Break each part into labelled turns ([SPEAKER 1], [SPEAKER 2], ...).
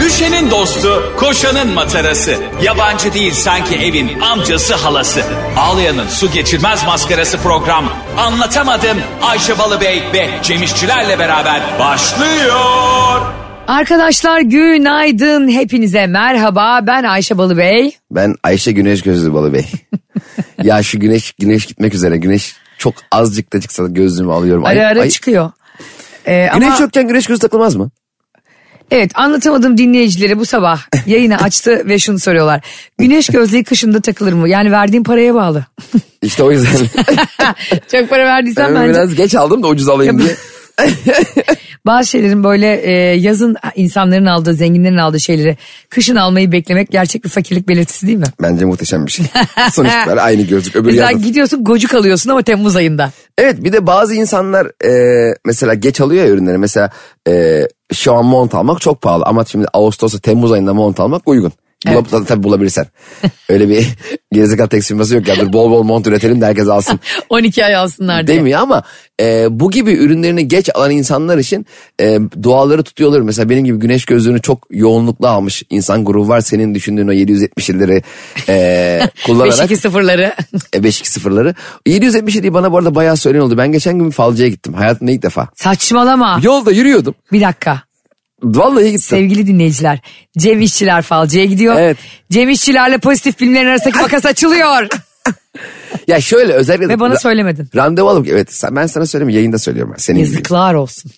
[SPEAKER 1] Düşenin dostu, koşanın matarası. Yabancı değil sanki evin amcası halası. Ağlayanın su geçirmez maskarası program. Anlatamadım Ayşe Balıbey ve Cemişçilerle beraber başlıyor.
[SPEAKER 2] Arkadaşlar günaydın. Hepinize merhaba. Ben Ayşe Balıbey.
[SPEAKER 3] Ben Ayşe Güneş Gözlü Balı Bey. ya şu güneş güneş gitmek üzere. Güneş çok azıcık da çıksa gözlüğümü alıyorum. Ay-
[SPEAKER 2] Ara ara
[SPEAKER 3] ay-
[SPEAKER 2] çıkıyor. Ee,
[SPEAKER 3] Güneş
[SPEAKER 2] ama
[SPEAKER 3] yokken güneş gözü takılmaz mı?
[SPEAKER 2] evet anlatamadım dinleyicileri bu sabah yayını açtı ve şunu soruyorlar. Güneş gözlüğü kışında takılır mı? Yani verdiğin paraya bağlı.
[SPEAKER 3] İşte o yüzden
[SPEAKER 2] Çok para verdiysen
[SPEAKER 3] ben
[SPEAKER 2] bence
[SPEAKER 3] biraz geç aldım da ucuz alayım diye.
[SPEAKER 2] bazı şeylerin böyle e, yazın insanların aldığı, zenginlerin aldığı şeyleri kışın almayı beklemek gerçek bir fakirlik belirtisi değil mi?
[SPEAKER 3] Bence muhteşem bir şey. Sonuç itibariyle aynı gözlük öbür
[SPEAKER 2] Mesela
[SPEAKER 3] yandan.
[SPEAKER 2] gidiyorsun gocuk alıyorsun ama Temmuz ayında.
[SPEAKER 3] Evet bir de bazı insanlar e, mesela geç alıyor ya ürünleri. Mesela e, şu an mont almak çok pahalı ama şimdi Ağustos'ta Temmuz ayında mont almak uygun. Bulab- tabii- Tabii bulabilirsen. Öyle bir gerizekalı tek firması yok ya. Dur bol bol mont üretelim de herkes alsın.
[SPEAKER 2] 12 ay alsınlar diye.
[SPEAKER 3] demiyor ama e, bu gibi ürünlerini geç alan insanlar için e, duaları tutuyorlar. Mesela benim gibi güneş gözlüğünü çok yoğunlukla almış insan grubu var. Senin düşündüğün o 777'leri e, kullanarak
[SPEAKER 2] 5-2 sıfırları.
[SPEAKER 3] e, 5-2-0'ları. 777'yi bana bu arada bayağı söyleyen oldu. Ben geçen gün bir falcıya gittim. Hayatımda ilk defa.
[SPEAKER 2] Saçmalama.
[SPEAKER 3] Yolda yürüyordum.
[SPEAKER 2] Bir dakika.
[SPEAKER 3] Vallahi gittim.
[SPEAKER 2] Sevgili dinleyiciler, Cem İşçiler falcıya gidiyor.
[SPEAKER 3] Evet.
[SPEAKER 2] Cem İşçilerle pozitif bilimlerin arasındaki makas açılıyor.
[SPEAKER 3] ya şöyle özellikle.
[SPEAKER 2] Ve bana söylemedin.
[SPEAKER 3] Randevu alıp evet sen- ben sana söyleyeyim yayında söylüyorum ben. Senin gibi.
[SPEAKER 2] Yazıklar olsun.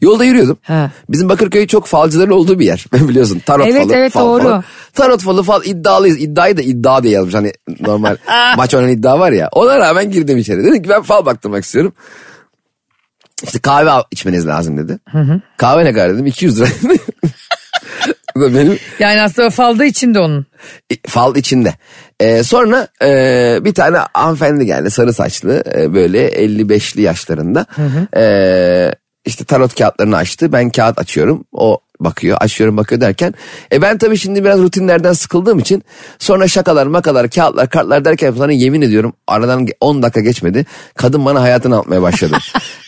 [SPEAKER 3] Yolda yürüyordum.
[SPEAKER 2] He.
[SPEAKER 3] Bizim Bakırköy çok falcıların olduğu bir yer biliyorsun. Tarot
[SPEAKER 2] Evet,
[SPEAKER 3] falı,
[SPEAKER 2] evet,
[SPEAKER 3] fal
[SPEAKER 2] doğru.
[SPEAKER 3] falan. Tarot falı fal iddialıyız. İddiayı da iddia diye yazmış. Hani normal
[SPEAKER 2] Ah.
[SPEAKER 3] maç oynanan iddia var ya. Ona rağmen girdim içeri. Dedim ki ben fal baktırmak istiyorum. İşte kahve al- içmeniz lazım dedi. Kahve ne kadar dedim 200 lira. Bu da Benim
[SPEAKER 2] Yani aslında o falda içinde onun.
[SPEAKER 3] fal içinde. Ee, sonra e, bir tane hanımefendi geldi sarı saçlı e, böyle 55'li yaşlarında. Ee, işte tarot kağıtlarını açtı ben kağıt açıyorum o bakıyor açıyorum bakıyor derken. E ben tabii şimdi biraz rutinlerden sıkıldığım için sonra şakalar makalar kağıtlar kartlar derken falan yemin ediyorum aradan 10 dakika geçmedi. Kadın bana hayatını anlatmaya başladı.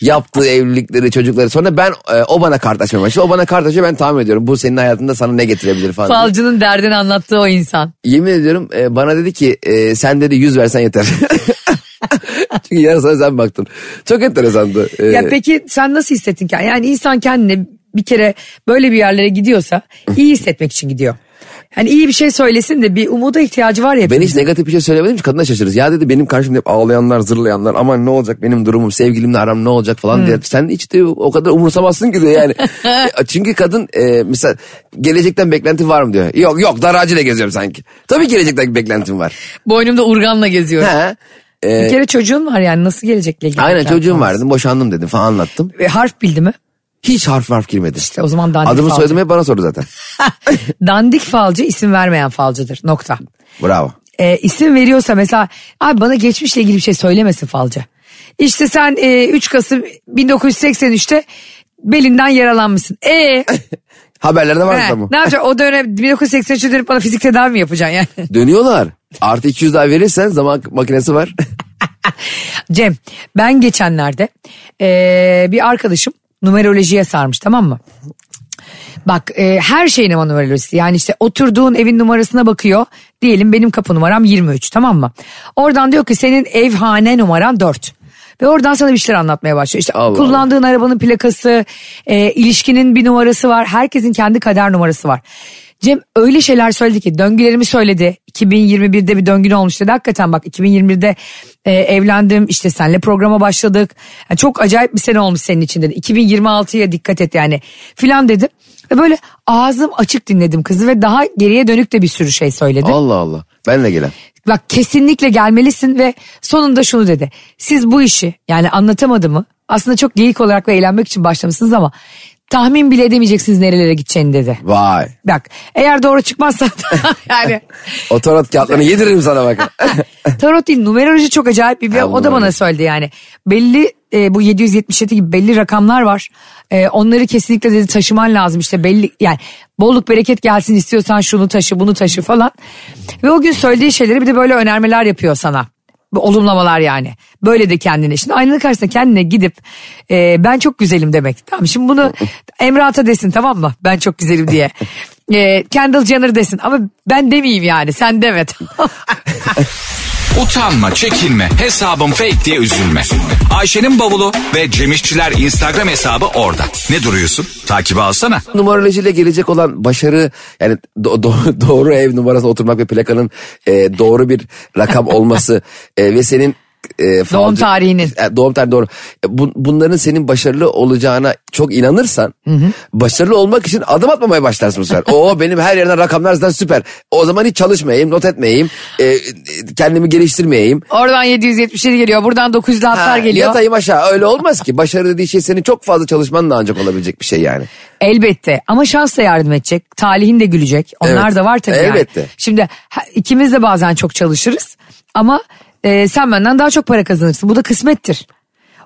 [SPEAKER 3] Yaptığı evlilikleri çocukları sonra ben e, o bana kart açmaya başladı. O bana kart açıyor ben tahmin ediyorum bu senin hayatında sana ne getirebilir falan. diye.
[SPEAKER 2] Falcının derdini anlattığı o insan.
[SPEAKER 3] Yemin ediyorum e, bana dedi ki e, sen dedi 100 versen yeter. Çünkü yarın sonra sen baktın. Çok enteresandı. E,
[SPEAKER 2] Ya peki sen nasıl hissettin kendini? Yani insan kendini bir kere böyle bir yerlere gidiyorsa iyi hissetmek için gidiyor. Hani iyi bir şey söylesin de bir umuda ihtiyacı var ya.
[SPEAKER 3] ben hiç negatif bir şey söylemedim ki kadına şaşırırız. Ya dedi benim karşımda hep ağlayanlar zırlayanlar aman ne olacak benim durumum sevgilimle aram ne olacak falan
[SPEAKER 2] Hmm.
[SPEAKER 3] diye. Sen hiç de o kadar umursamazsın ki diyor yani. E, Çünkü kadın e, mesela gelecekten beklenti var mı diyor. Yok yok daracıyla geziyorum sanki. Tabii gelecekten beklentim var.
[SPEAKER 2] Boynumda urganla geziyorum.
[SPEAKER 3] He. E,
[SPEAKER 2] Bir kere çocuğun var yani nasıl gelecekle ilgili.
[SPEAKER 3] aynen
[SPEAKER 2] beklentin
[SPEAKER 3] çocuğum
[SPEAKER 2] var.
[SPEAKER 3] var dedim boşandım dedim falan anlattım.
[SPEAKER 2] Ve E, harf bildi mi?
[SPEAKER 3] Hiç harf harf girmedi.
[SPEAKER 2] İşte o zaman dandik
[SPEAKER 3] Adımı
[SPEAKER 2] falcı.
[SPEAKER 3] soyadımı hep bana sordu zaten.
[SPEAKER 2] Dandik falcı isim vermeyen falcıdır nokta.
[SPEAKER 3] Bravo.
[SPEAKER 2] e, isim veriyorsa mesela abi bana geçmişle ilgili bir şey söylemesin falcı. İşte sen e, 3 Kasım 1983'te belinden yaralanmışsın. E
[SPEAKER 3] Haberlerde var
[SPEAKER 2] he,
[SPEAKER 3] tabii.
[SPEAKER 2] ne yapacaksın o dönem 1983'e dönüp bana fizik tedavi mi yapacaksın yani?
[SPEAKER 3] Dönüyorlar. Artı 200 daha verirsen zaman makinesi var.
[SPEAKER 2] Cem ben geçenlerde e, bir arkadaşım numerolojiye sarmış tamam mı? Bak e, her şeyin ama numarolojisi yani işte oturduğun evin numarasına bakıyor. Diyelim benim kapı numaram 23 tamam mı? Oradan diyor ki senin evhane numaran 4. Ve oradan sana bir şeyler anlatmaya başlıyor. İşte
[SPEAKER 3] Allah Allah.
[SPEAKER 2] kullandığın arabanın plakası, e, ilişkinin bir numarası var. Herkesin kendi kader numarası var. Cem öyle şeyler söyledi ki döngülerimi söyledi. 2021'de bir döngün olmuş dedi. Hakikaten bak 2021'de e, evlendim işte senle programa başladık. Yani çok acayip bir sene olmuş senin için dedi. 2026'ya dikkat et yani filan dedi. Ve böyle ağzım açık dinledim kızı ve daha geriye dönük de bir sürü şey söyledi.
[SPEAKER 3] Allah Allah. Ben de gelen.
[SPEAKER 2] Bak kesinlikle gelmelisin ve sonunda şunu dedi. Siz bu işi yani anlatamadı mı? Aslında çok geyik olarak ve eğlenmek için başlamışsınız ama tahmin bile edemeyeceksiniz nerelere gideceğini dedi.
[SPEAKER 3] Vay.
[SPEAKER 2] Bak eğer doğru çıkmazsa yani
[SPEAKER 3] O tarot kağıtlarını yediririm sana bak.
[SPEAKER 2] tarot değil numeroloji çok acayip bir
[SPEAKER 3] Allah
[SPEAKER 2] o da bana
[SPEAKER 3] Allah.
[SPEAKER 2] söyledi yani. Belli e, bu 777 gibi belli rakamlar var. E, onları kesinlikle dedi taşıman lazım işte belli yani bolluk bereket gelsin istiyorsan şunu taşı bunu taşı falan. Ve o gün söylediği şeyleri bir de böyle önermeler yapıyor sana. Bu olumlamalar yani. Böyle de kendine. Şimdi aynanın karşısında kendine gidip e, ben çok güzelim demek. Tamam şimdi bunu Emre Ata desin tamam mı? Ben çok güzelim diye. Ee, Kendall Jenner desin ama ben demeyeyim yani sen deme tamam
[SPEAKER 1] Utanma, çekinme, hesabım fake diye üzülme. Ayşe'nin bavulu ve Cemişçiler Instagram hesabı orada. Ne duruyorsun? Takibi alsana.
[SPEAKER 3] numarolojiyle gelecek olan başarı yani do- do- doğru ev numarasına oturmak ve plakanın e, doğru bir rakam olması e, ve senin e, falcı-
[SPEAKER 2] tarihinin.
[SPEAKER 3] E, doğum tarihi doğru. E, bu- bunların senin başarılı olacağına çok inanırsan başarılı olmak için adım atmamaya başlarsın bu sefer. Oo benim her yerden rakamlar zaten süper. O zaman hiç çalışmayayım, not etmeyeyim, e, e, kendimi geliştirmeyeyim.
[SPEAKER 2] Oradan 777 geliyor buradan 900'lü hatlar
[SPEAKER 3] Ha,
[SPEAKER 2] geliyor.
[SPEAKER 3] Yatayım aşağı öyle olmaz ki. Başarı dediği şey senin çok fazla çalışmanla ancak olabilecek bir şey yani.
[SPEAKER 2] Elbette ama şans da yardım edecek. Talihin de gülecek. Onlar
[SPEAKER 3] Evet.
[SPEAKER 2] da var tabii
[SPEAKER 3] Elbette.
[SPEAKER 2] yani. Şimdi ha- ikimiz de bazen çok çalışırız ama e, sen benden daha çok para kazanırsın. Bu da kısmettir.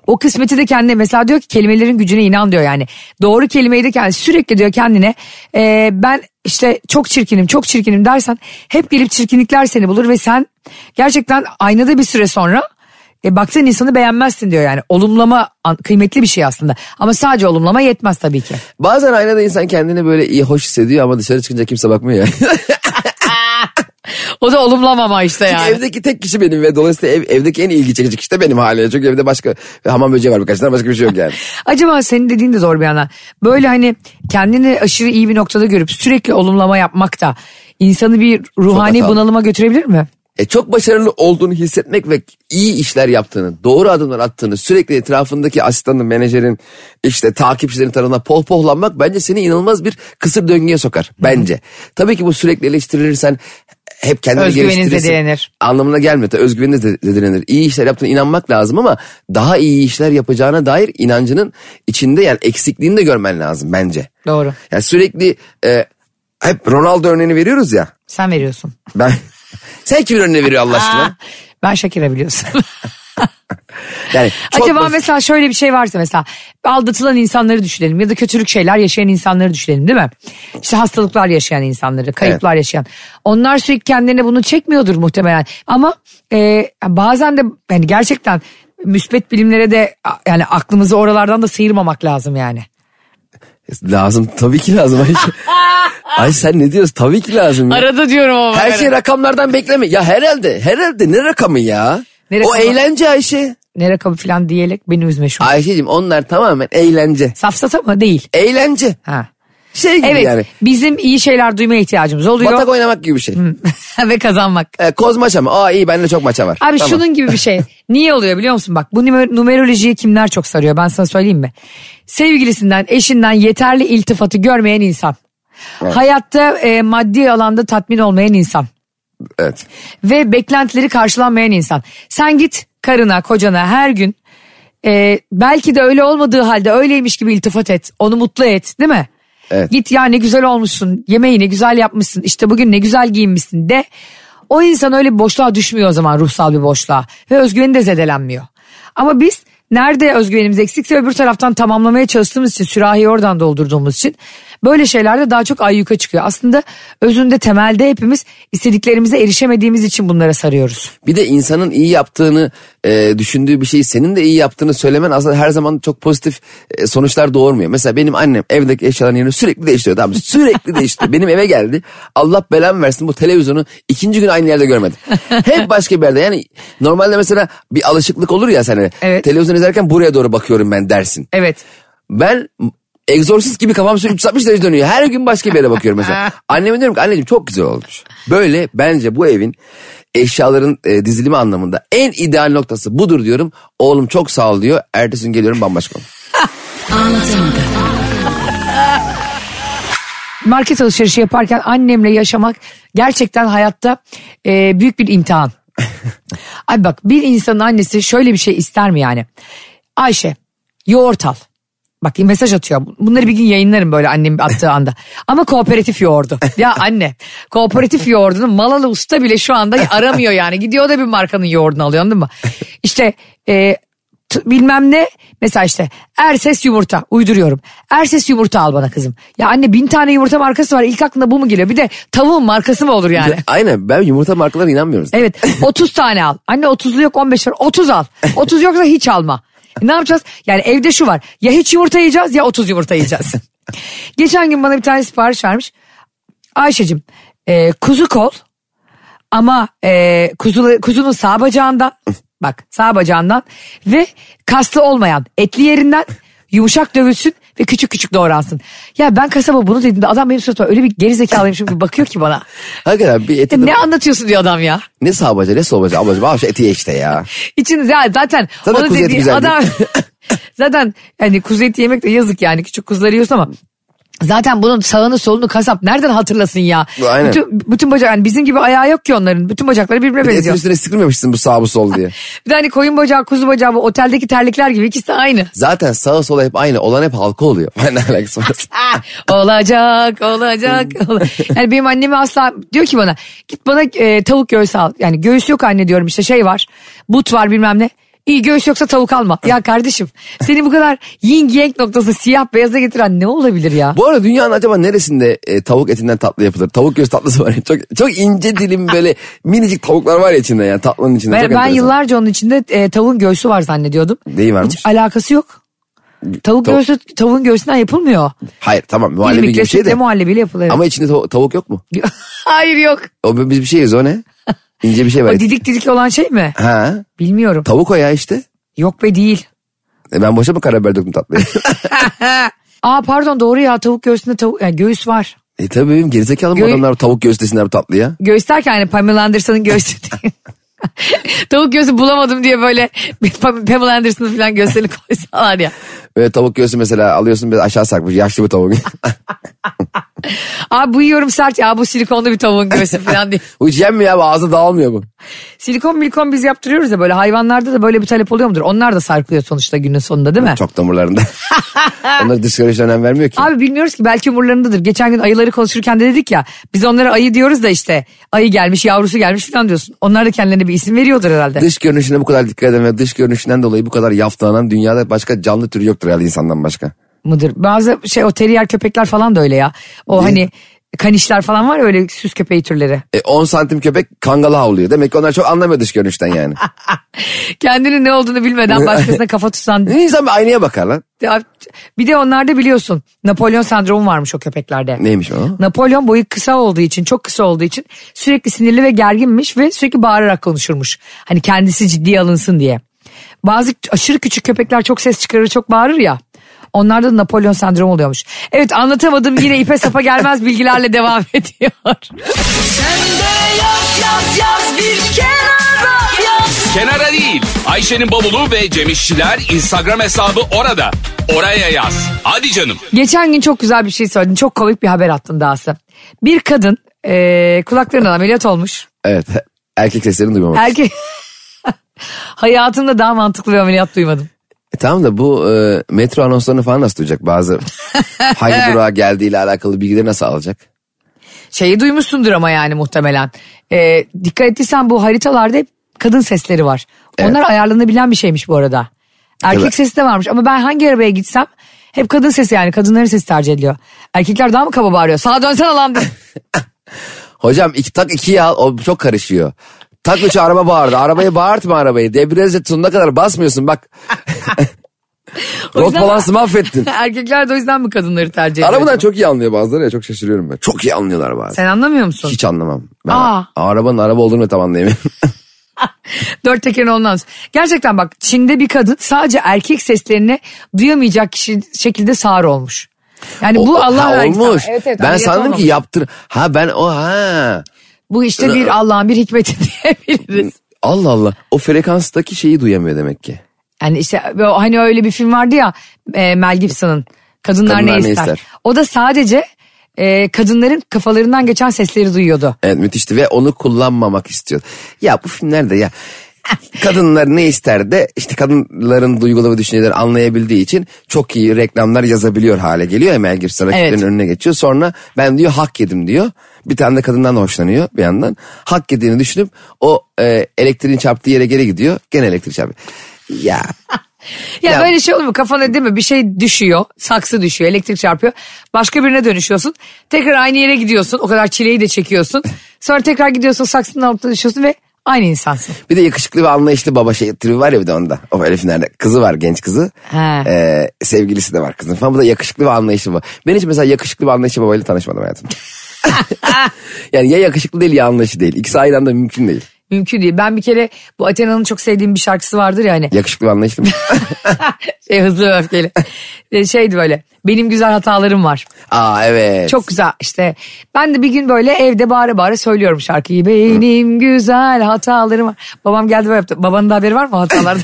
[SPEAKER 2] O kısmeti de kendine mesela diyor ki kelimelerin gücüne inan diyor yani. Doğru kelimeyi de kendi sürekli diyor kendine e, ben işte çok çirkinim çok çirkinim dersen hep gelip çirkinlikler seni bulur ve sen gerçekten aynada bir süre sonra e, baktığın insanı beğenmezsin diyor yani. Olumlama an- kıymetli bir şey aslında ama sadece olumlama yetmez tabii ki.
[SPEAKER 3] Bazen aynada insan kendini böyle iyi hoş hissediyor ama dışarı çıkınca kimse bakmıyor. Yani.
[SPEAKER 2] O da olumlamama işte yani.
[SPEAKER 3] evdeki tek kişi benim ve dolayısıyla ev- evdeki en ilgi çekici kişi de benim haliyle. Çünkü evde başka hamam böceği var birkaç tane başka bir şey yok yani.
[SPEAKER 2] Acaba senin dediğin de zor bir yandan. Böyle hani kendini aşırı iyi bir noktada görüp sürekli olumlama yapmak da insanı bir ruhani
[SPEAKER 3] hatalı.
[SPEAKER 2] bunalıma götürebilir mi?
[SPEAKER 3] E, çok başarılı olduğunu hissetmek ve iyi işler yaptığını, doğru adımlar attığını, sürekli etrafındaki asistanın, menajerin, işte takipçilerin tarafından pohpohlanmak bence seni inanılmaz bir kısır döngüye sokar. Bence. Tabii ki bu sürekli eleştirilirsen hep kendini
[SPEAKER 2] Özgüvenin
[SPEAKER 3] geliştirirsin.
[SPEAKER 2] zedelenir.
[SPEAKER 3] Anlamına gelmiyor. Tabii Özgüveniniz de zedelenir. İyi işler yaptığına inanmak lazım ama daha iyi işler yapacağına dair inancının içinde yani eksikliğini de görmen lazım bence.
[SPEAKER 2] Doğru.
[SPEAKER 3] Yani sürekli e, hep Ronaldo örneğini veriyoruz ya.
[SPEAKER 2] Sen veriyorsun.
[SPEAKER 3] Ben sen kimin örneğini veriyor Allah aşkına?
[SPEAKER 2] Aa, ben Şakir'e biliyorsun.
[SPEAKER 3] Yani çok
[SPEAKER 2] Acaba
[SPEAKER 3] basit-
[SPEAKER 2] mesela şöyle bir şey varsa mesela aldatılan insanları düşünelim ya da kötülük şeyler yaşayan insanları düşünelim değil mi? İşte hastalıklar yaşayan insanları, kayıplar yaşayan. Onlar sürekli kendilerine bunu çekmiyordur muhtemelen. Ama e, bazen de yani gerçekten müspet bilimlere de a- yani aklımızı oralardan da sıyırmamak lazım yani.
[SPEAKER 3] lazım tabii ki lazım Ayşe. Ay sen ne diyorsun? Tabii ki lazım. Ya.
[SPEAKER 2] Arada diyorum ama.
[SPEAKER 3] Her şey rakamlardan bekleme. Ya herhalde, herhalde ne rakamı ya?
[SPEAKER 2] Ne
[SPEAKER 3] O
[SPEAKER 2] rakamı?
[SPEAKER 3] eğlence Ayşe.
[SPEAKER 2] Ne rakamı falan diyerek beni üzme şu an.
[SPEAKER 3] Ayşe'cim onlar tamamen eğlence.
[SPEAKER 2] Safsata mı? Değil.
[SPEAKER 3] Eğlence.
[SPEAKER 2] Ha.
[SPEAKER 3] Şey gibi
[SPEAKER 2] Evet
[SPEAKER 3] yani.
[SPEAKER 2] bizim iyi şeyler duymaya ihtiyacımız oluyor.
[SPEAKER 3] Batak oynamak gibi bir şey.
[SPEAKER 2] Ve kazanmak.
[SPEAKER 3] E, koz maça mı? Aa iyi bende çok maça var.
[SPEAKER 2] Abi
[SPEAKER 3] Tamam.
[SPEAKER 2] şunun gibi bir şey. Niye oluyor biliyor musun? Bak bu numer- numerolojiyi kimler çok sarıyor ben sana söyleyeyim mi? Sevgilisinden, eşinden yeterli iltifatı görmeyen insan. Hayatta e, maddi alanda tatmin olmayan insan.
[SPEAKER 3] Evet.
[SPEAKER 2] Ve beklentileri karşılanmayan insan. Sen git karına, kocana her gün e, belki de öyle olmadığı halde öyleymiş gibi iltifat et. Onu mutlu et değil mi?
[SPEAKER 3] Evet.
[SPEAKER 2] Git ya ne güzel olmuşsun, yemeği ne güzel yapmışsın, işte bugün ne güzel giyinmişsin de o insan öyle bir boşluğa düşmüyor o zaman ruhsal bir boşluğa ve özgüveni de zedelenmiyor. Ama biz nerede özgüvenimiz eksikse öbür taraftan tamamlamaya çalıştığımız için sürahiyi oradan doldurduğumuz için böyle şeylerde daha çok ayyuka çıkıyor. Aslında özünde temelde hepimiz istediklerimize erişemediğimiz için bunlara sarıyoruz.
[SPEAKER 3] Bir de insanın iyi yaptığını e, düşündüğü bir şeyi senin de iyi yaptığını söylemen aslında her zaman çok pozitif e, sonuçlar doğurmuyor. Mesela benim annem evdeki eşyaların yerini sürekli değiştiriyor. Tamam mı? sürekli değiştiriyor. Benim eve geldi. Allah belamı versin bu televizyonu ikinci gün aynı yerde görmedim. Hep başka bir yerde. Yani normalde mesela bir alışıklık olur ya sana.
[SPEAKER 2] Evet.
[SPEAKER 3] Televizyon izlerken buraya doğru bakıyorum ben dersin.
[SPEAKER 2] Evet.
[SPEAKER 3] Ben egzorsist gibi kafam sürekli 360 derece dönüyor. Her gün başka bir yere bakıyorum mesela. Anneme diyorum ki anneciğim çok güzel olmuş. Böyle bence bu evin eşyaların e, dizilimi anlamında en ideal noktası budur diyorum. Oğlum çok sağ ol diyor. Ertesi gün geliyorum bambaşka. olmuş.
[SPEAKER 2] market alışverişi yaparken annemle yaşamak gerçekten hayatta e, büyük bir imtihan. Ay bak bir insanın annesi şöyle bir şey ister mi yani? Ayşe yoğurt al. Bak mesaj atıyor. Bunları bir gün yayınlarım böyle annem attığı anda. Ama kooperatif yoğurdu. Ya anne kooperatif yoğurdunu Malalı Usta bile şu anda aramıyor yani. Gidiyor da bir markanın yoğurdunu alıyor anladın mı? İşte e, t- bilmem ne mesela işte Erses yumurta uyduruyorum. Erses yumurta al bana kızım. Ya anne bin tane yumurta markası var ilk aklına bu mu geliyor? Bir de tavuğun markası mı olur yani? E,
[SPEAKER 3] Aynen ben yumurta markalarına inanmıyoruz.
[SPEAKER 2] Evet 30 tane al. Anne 30'lu yok 15 var 30 al. 30 yoksa hiç alma. E ne yapacağız? Yani evde şu var. Ya hiç yumurta yiyeceğiz ya 30 yumurta yiyeceğiz. Geçen gün bana bir tane sipariş vermiş. Ayşe'cim e, kuzu kol ama e, kuzu, kuzunun sağ bacağından bak sağ bacağından ve kaslı olmayan etli yerinden yumuşak dövülsün ve küçük küçük doğransın. Ya ben kasaba bunu dediğimde adam benim suratıma öyle bir gerizekalıymışım gibi bakıyor ki bana.
[SPEAKER 3] Hakikaten bir
[SPEAKER 2] Ya
[SPEAKER 3] eti
[SPEAKER 2] ne
[SPEAKER 3] ne,
[SPEAKER 2] anlatıyorsun diyor adam ya.
[SPEAKER 3] ne sağbaca ne solbaca ablacım abi şu eti ye işte ya.
[SPEAKER 2] İçiniz ya zaten,
[SPEAKER 3] Zaten
[SPEAKER 2] onu
[SPEAKER 3] kuzu eti
[SPEAKER 2] dediği
[SPEAKER 3] güzel
[SPEAKER 2] adam zaten yani kuzu eti yemek de yazık yani küçük kuzuları yiyorsun ama zaten bunun sağını solunu kasap nereden hatırlasın ya?
[SPEAKER 3] Aynen.
[SPEAKER 2] Bütün, bütün bacak yani bizim gibi ayağı yok ki onların. Bütün bacakları birbirine
[SPEAKER 3] Etin
[SPEAKER 2] benziyor.
[SPEAKER 3] üstüne sıkılmamışsın bu sağ bu sol diye.
[SPEAKER 2] Bir de hani koyun bacağı kuzu bacağı bu oteldeki terlikler gibi ikisi de aynı.
[SPEAKER 3] Zaten sağa sola hep aynı olan hep halka oluyor. Ben ne alakası var?
[SPEAKER 2] Ah, olacak olacak. ola- Yani benim annemi asla diyor ki bana git bana e, tavuk göğsü al. Yani göğüs yok anne diyorum işte şey var but var bilmem ne. İyi göğüs yoksa tavuk alma. Ya kardeşim seni bu kadar yin yang noktası siyah beyaza getiren ne olabilir ya?
[SPEAKER 3] Bu arada dünyanın acaba neresinde e, tavuk etinden tatlı yapılır? Tavuk göğsü tatlısı var. ya, Çok çok ince dilim böyle minicik tavuklar var ya içinde yani tatlının içinde.
[SPEAKER 2] ben,
[SPEAKER 3] çok
[SPEAKER 2] ben
[SPEAKER 3] enteresan.
[SPEAKER 2] yıllarca onun içinde e, tavuğun göğsü var zannediyordum.
[SPEAKER 3] Neyi varmış?
[SPEAKER 2] Hiç alakası yok. Tavuk
[SPEAKER 3] Tav-
[SPEAKER 2] göğsü tavuğun göğsünden yapılmıyor.
[SPEAKER 3] Hayır tamam muhallebi
[SPEAKER 2] Muhallebi
[SPEAKER 3] gibi bir şey de.
[SPEAKER 2] muhallebiyle yapılıyor.
[SPEAKER 3] Ama içinde tav- tavuk yok mu?
[SPEAKER 2] Hayır yok.
[SPEAKER 3] O biz bir şeyiz o ne? İnce bir şey var.
[SPEAKER 2] O didik didik olan şey mi?
[SPEAKER 3] ha
[SPEAKER 2] Bilmiyorum.
[SPEAKER 3] tavuk o ya işte.
[SPEAKER 2] Yok be değil.
[SPEAKER 3] E, ben boşa mı karabiber döktüm tatlıya?
[SPEAKER 2] Aa pardon doğru ya tavuk göğsünde tavuk yani göğüs var.
[SPEAKER 3] e tabii benim gerizekalı mı
[SPEAKER 2] Gö-
[SPEAKER 3] adamlar tavuk göğsü desinler bu tatlıya.
[SPEAKER 2] Göğüs derken yani Pamela Anderson'ın göğsü değil. tavuk göğsü bulamadım diye böyle bir Pam- Pamela Anderson'ın falan göğslerini koysalar ya.
[SPEAKER 3] Böyle tavuk göğsü mesela alıyorsun biraz aşağı sakmış yaşlı bir tavuk.
[SPEAKER 2] Aa bu yiyorum sert ya bu silikonlu bir tavuğun göğsü falan diye.
[SPEAKER 3] bu hiç yenmiyor abi ağzı dağılmıyor bu.
[SPEAKER 2] Silikon milikon biz yaptırıyoruz ya böyle hayvanlarda da böyle bir talep oluyor mudur? Onlar da sarkılıyor sonuçta günün sonunda değil mi?
[SPEAKER 3] Çok damurlarında. Onları psikolojiden önem vermiyor ki.
[SPEAKER 2] Abi bilmiyoruz ki belki umurlarındadır. Geçen gün ayıları konuşurken de dedik ya biz onlara ayı diyoruz da işte ayı gelmiş yavrusu gelmiş falan diyorsun. Onlar da kendilerine bir isim veriyordur herhalde.
[SPEAKER 3] Dış görünüşüne bu kadar dikkat eden ve dış görünüşünden dolayı bu kadar yaftalanan dünyada başka canlı türü yoktur herhalde insandan başka.
[SPEAKER 2] mıdır? Bazı şey o teriyer köpekler falan da öyle ya. O hani kanişler falan var ya öyle süs köpeği türleri.
[SPEAKER 3] E, 10 santim köpek kangala havlıyor. Demek ki onlar çok anlamıyor dış görünüşten yani.
[SPEAKER 2] Kendinin ne olduğunu bilmeden başkasına kafa tutan.
[SPEAKER 3] İnsan bir aynaya bakar lan.
[SPEAKER 2] Bir de onlarda biliyorsun Napolyon sendromu varmış o köpeklerde.
[SPEAKER 3] Neymiş o?
[SPEAKER 2] Napolyon boyu kısa olduğu için çok kısa olduğu için sürekli sinirli ve gerginmiş ve sürekli bağırarak konuşurmuş. Hani kendisi ciddiye alınsın diye. Bazı aşırı küçük köpekler çok ses çıkarır çok bağırır ya. Onlarda da Napolyon sendromu oluyormuş. Evet anlatamadım yine ipe sapa gelmez bilgilerle devam ediyor.
[SPEAKER 1] Kenara değil. Ayşe'nin bavulu ve Cemişçiler Instagram hesabı orada. Oraya yaz. Hadi canım.
[SPEAKER 2] Geçen gün çok güzel bir şey söyledin. Çok komik bir haber attın dahası. Bir kadın eee kulaklarına ameliyat olmuş.
[SPEAKER 3] Evet. Erkek seslerini duymamak.
[SPEAKER 2] Erkek... Hayatımda daha mantıklı bir ameliyat duymadım.
[SPEAKER 3] E, tamam da bu e, metro anonslarını falan nasıl duyacak? Bazı hangi durağa geldiğiyle alakalı bilgileri nasıl alacak?
[SPEAKER 2] Şeyi duymuşsundur ama yani muhtemelen. Eee, dikkat ettiysen bu haritalarda hep kadın sesleri var. Onlar ayarlanabilen bir şeymiş bu arada. Erkek
[SPEAKER 3] Evet.
[SPEAKER 2] sesi de varmış ama ben hangi arabaya gitsem hep kadın sesi yani kadınların sesi tercih ediliyor. Erkekler daha mı kaba bağırıyor? Sağa dönsene lan. diye.
[SPEAKER 3] Hocam iki, tak ikiye al o çok karışıyor. Tak üçe araba bağırdı. Arabayı bağırtma arabayı. Debriyaja sonuna kadar basmıyorsun bak.
[SPEAKER 2] O
[SPEAKER 3] Rot
[SPEAKER 2] yüzden-
[SPEAKER 3] balansı mahvettin.
[SPEAKER 2] Erkekler de o yüzden mi kadınları tercih ediyor?
[SPEAKER 3] Arabadan çok iyi anlıyor bazıları ya çok şaşırıyorum ben. Çok iyi anlıyorlar bazen.
[SPEAKER 2] Sen anlamıyor musun?
[SPEAKER 3] Hiç anlamam. Ben
[SPEAKER 2] Aa.
[SPEAKER 3] arabanın araba olduğunu da tam anlayamıyorum.
[SPEAKER 2] Dört tekerin ondan sonra. Gerçekten bak Çin'de bir kadın sadece erkek seslerini duyamayacak kişi, şekilde sağır olmuş. Yani bu
[SPEAKER 3] O-
[SPEAKER 2] Allah
[SPEAKER 3] ha,
[SPEAKER 2] vergisi.
[SPEAKER 3] olmuş.
[SPEAKER 2] Evet, evet,
[SPEAKER 3] ben
[SPEAKER 2] ameliyat
[SPEAKER 3] sandım
[SPEAKER 2] olmamış.
[SPEAKER 3] ki yaptır. Ha ben o ha.
[SPEAKER 2] Bu işte
[SPEAKER 3] Ee,
[SPEAKER 2] bir Allah'ın bir hikmeti diyebiliriz.
[SPEAKER 3] Allah Allah. O frekanstaki şeyi duyamıyor demek ki.
[SPEAKER 2] Yani işte o- hani öyle bir film vardı ya e, Mel Gibson'ın Kadınlar,
[SPEAKER 3] Kadınlar
[SPEAKER 2] ne,
[SPEAKER 3] Ne
[SPEAKER 2] ister?
[SPEAKER 3] İster.
[SPEAKER 2] O da sadece e, kadınların kafalarından geçen sesleri duyuyordu.
[SPEAKER 3] Evet müthişti ve onu kullanmamak istiyor. Ya bu filmlerde ya kadınlar ne ister de işte kadınların duyguları ve düşünceleri anlayabildiği için çok iyi reklamlar yazabiliyor hale geliyor. Emel Gibson rakiplerin
[SPEAKER 2] Evet.
[SPEAKER 3] önüne geçiyor. Sonra ben diyor hak yedim diyor. Bir tane de kadından da hoşlanıyor bir yandan. Hak yediğini düşünüp o e, elektriğin çarptığı yere geri gidiyor. Gene elektrik çarpıyor. Ya
[SPEAKER 2] Ya,
[SPEAKER 3] Ya-
[SPEAKER 2] böyle şey olur mu? Kafana değil mi? Bir şey düşüyor. Saksı düşüyor. Elektrik çarpıyor. Başka birine dönüşüyorsun. Tekrar aynı yere gidiyorsun. O kadar çileyi de çekiyorsun. Sonra tekrar gidiyorsun. Saksının altına düşüyorsun ve Aynı insansın.
[SPEAKER 3] Bir de yakışıklı ve anlayışlı baba şey tribi var ya bir de onda. O Elif'in nerede? Kızı var genç kızı.
[SPEAKER 2] He.
[SPEAKER 3] Ee, sevgilisi de var kızın falan. Bu da yakışıklı ve anlayışlı baba. Ben hiç mesela yakışıklı ve anlayışlı babayla tanışmadım hayatımda. yani ya yakışıklı değil ya anlayışlı değil. İkisi aynı anda mümkün değil.
[SPEAKER 2] Mümkün değil. Ben bir kere bu Athena'nın çok sevdiğim bir şarkısı vardır ya hani.
[SPEAKER 3] Yakışıklı ve anlayışlı mı?
[SPEAKER 2] şey, hızlı ve öfkeli. E, Şeydi böyle. Benim güzel hatalarım var.
[SPEAKER 3] Aa evet.
[SPEAKER 2] Çok güzel işte. Ben de bir gün böyle evde bağıra bağıra söylüyorum şarkıyı. Benim güzel hatalarım var. Babam geldi böyle yaptı. Babanın da haberi var mı hatalarda?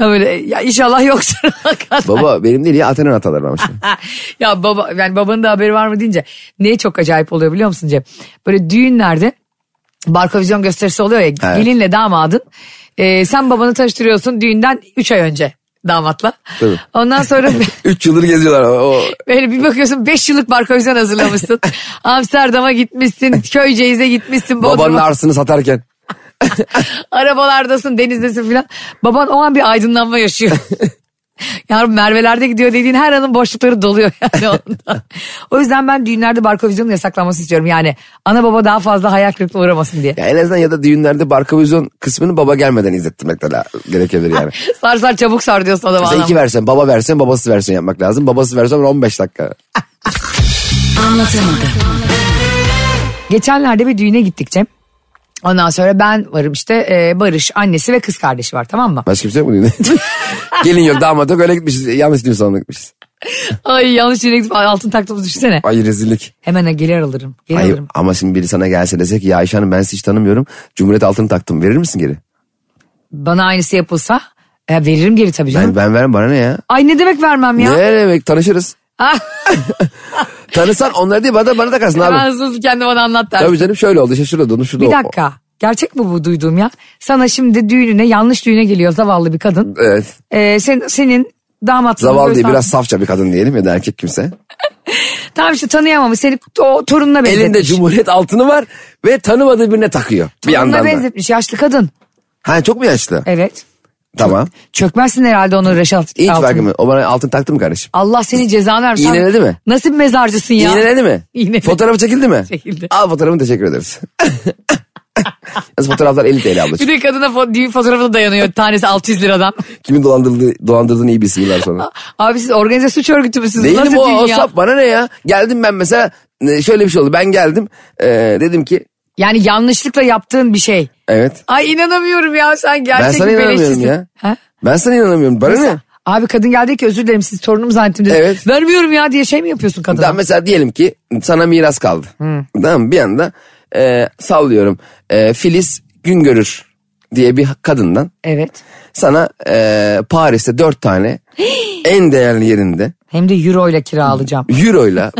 [SPEAKER 2] Ben böyle ya inşallah yoktur.
[SPEAKER 3] Baba benim değil ya Atena'nın hataları varmış.
[SPEAKER 2] Ha, ya baba yani babanın da haberi var mı deyince ne çok acayip oluyor biliyor musun Cem? Böyle düğünlerde barkovizyon gösterisi oluyor ya gelinle damadın. Ee, sen babanı tanıştırıyorsun düğünden 3 ay önce damatla.
[SPEAKER 3] Tabii.
[SPEAKER 2] Ondan sonra
[SPEAKER 3] Üç yıldır geziyorlar. O,
[SPEAKER 2] böyle bir bakıyorsun 5 yıllık barkovizyon hazırlamışsın. Amsterdam'a gitmişsin, Köyceğiz'e gitmişsin.
[SPEAKER 3] babanın
[SPEAKER 2] Bodrum'a.
[SPEAKER 3] arsını satarken.
[SPEAKER 2] Arabalardasın, denizdesin filan. Baban o an bir aydınlanma yaşıyor. Yavrum Merve'lerde gidiyor dediğin her anın boşlukları doluyor yani ondan. o yüzden ben düğünlerde barkovizyonun yasaklanmasını istiyorum. Yani ana baba daha fazla hayal kırıklığına uğramasın diye.
[SPEAKER 3] Ya en azından ya da düğünlerde barkavizyon kısmını baba gelmeden izlettirmek de la- gerekebilir yani.
[SPEAKER 2] Sar sar çabuk sar diyorsun adama.
[SPEAKER 3] Mesela
[SPEAKER 2] anam.
[SPEAKER 3] iki versen baba versen babasız versen yapmak lazım. Babasız versen 15 dakika.
[SPEAKER 2] Geçenlerde bir düğüne gittik Cem. Ondan sonra ben varım işte e, Barış annesi ve kız kardeşi var tamam mı?
[SPEAKER 3] Başka kimse yok mu düğünde? Gelin yok damat yok öyle gitmişiz. E, Yanlış düğün salonuna gitmişiz.
[SPEAKER 2] Ay yanlış yere gidip altın taktığımızı düşünsene.
[SPEAKER 3] Ay rezillik.
[SPEAKER 2] Hemen gelir alırım. Geri
[SPEAKER 3] Ay,
[SPEAKER 2] alırım.
[SPEAKER 3] ama şimdi biri sana gelse dese ki ya Ayşe Hanım ben sizi hiç tanımıyorum. Cumhuriyet altını taktım verir misin geri?
[SPEAKER 2] Bana aynısı yapılsa e, veririm geri tabii canım.
[SPEAKER 3] Ben, ben vermem bana ne ya?
[SPEAKER 2] Ay ne demek vermem ya?
[SPEAKER 3] Ne demek tanışırız.
[SPEAKER 2] Ah.
[SPEAKER 3] Tanısan onları değil bana, bana takarsın abi.
[SPEAKER 2] Ben hızlı kendi bana anlat dersin.
[SPEAKER 3] Tabii canım şöyle oldu işte şurada onu şurada
[SPEAKER 2] Bir
[SPEAKER 3] o-
[SPEAKER 2] dakika. Gerçek mi bu duyduğum ya? Sana şimdi düğününe yanlış düğüne geliyor zavallı bir kadın.
[SPEAKER 3] Evet.
[SPEAKER 2] Ee, sen, senin damatlığını
[SPEAKER 3] Zavallı
[SPEAKER 2] göster-
[SPEAKER 3] diye biraz safça bir kadın diyelim ya da erkek kimse.
[SPEAKER 2] Tamam işte tanıyamamış seni o torununa benzetmiş.
[SPEAKER 3] Elinde cumhuriyet altını var ve tanımadığı birine takıyor. Bir
[SPEAKER 2] Torununa
[SPEAKER 3] yandan da.
[SPEAKER 2] benzetmiş yaşlı kadın.
[SPEAKER 3] Ha çok mu yaşlı?
[SPEAKER 2] Evet.
[SPEAKER 3] Tamam.
[SPEAKER 2] Çökmezsin herhalde onu Reşat
[SPEAKER 3] Hiç
[SPEAKER 2] altında.
[SPEAKER 3] farkı mı? O bana altın taktı mı kardeşim?
[SPEAKER 2] Allah seni cezanı versin.
[SPEAKER 3] İğneledi mi?
[SPEAKER 2] Nasıl bir mezarcısın ya?
[SPEAKER 3] İğneledi mi?
[SPEAKER 2] İğneledi.
[SPEAKER 3] Fotoğrafı çekildi mi?
[SPEAKER 2] Çekildi.
[SPEAKER 3] Al fotoğrafını teşekkür ederiz. Nasıl fotoğraflar 50 TL
[SPEAKER 2] Bir
[SPEAKER 3] ablacığım.
[SPEAKER 2] de kadına fo- düğün fotoğrafına dayanıyor tanesi 600 liradan.
[SPEAKER 3] Kimin dolandırıldığı, dolandırdığını iyi bilsin yıllar sonra.
[SPEAKER 2] Abi siz organize suç örgütü müsünüz?
[SPEAKER 3] Değilim
[SPEAKER 2] Nasıl
[SPEAKER 3] o,
[SPEAKER 2] düğün
[SPEAKER 3] o
[SPEAKER 2] ya?
[SPEAKER 3] sap bana ne ya? Geldim ben mesela e, şöyle bir şey oldu. Ben geldim e, dedim ki
[SPEAKER 2] Yani yanlışlıkla yaptığın bir şey.
[SPEAKER 3] evet
[SPEAKER 2] Ay inanamıyorum ya sen gerçek
[SPEAKER 3] Ben sana
[SPEAKER 2] bir
[SPEAKER 3] inanamıyorum
[SPEAKER 2] beleşçisin.
[SPEAKER 3] ya.
[SPEAKER 2] Ha?
[SPEAKER 3] ben sana inanamıyorum bana ne?
[SPEAKER 2] Abi kadın geldi ki özür dilerim siz torunum zannettim dedi.
[SPEAKER 3] Evet.
[SPEAKER 2] Vermiyorum ya diye şey mi yapıyorsun kadına?
[SPEAKER 3] Tamam mesela diyelim ki sana miras kaldı. Tamam mı? bir anda e, sallıyorum e, Filiz Güngörür diye bir kadından
[SPEAKER 2] Evet.
[SPEAKER 3] sana e, Paris'te dört tane en değerli yerinde
[SPEAKER 2] Hem de euro ile kira alacağım.
[SPEAKER 3] euroyla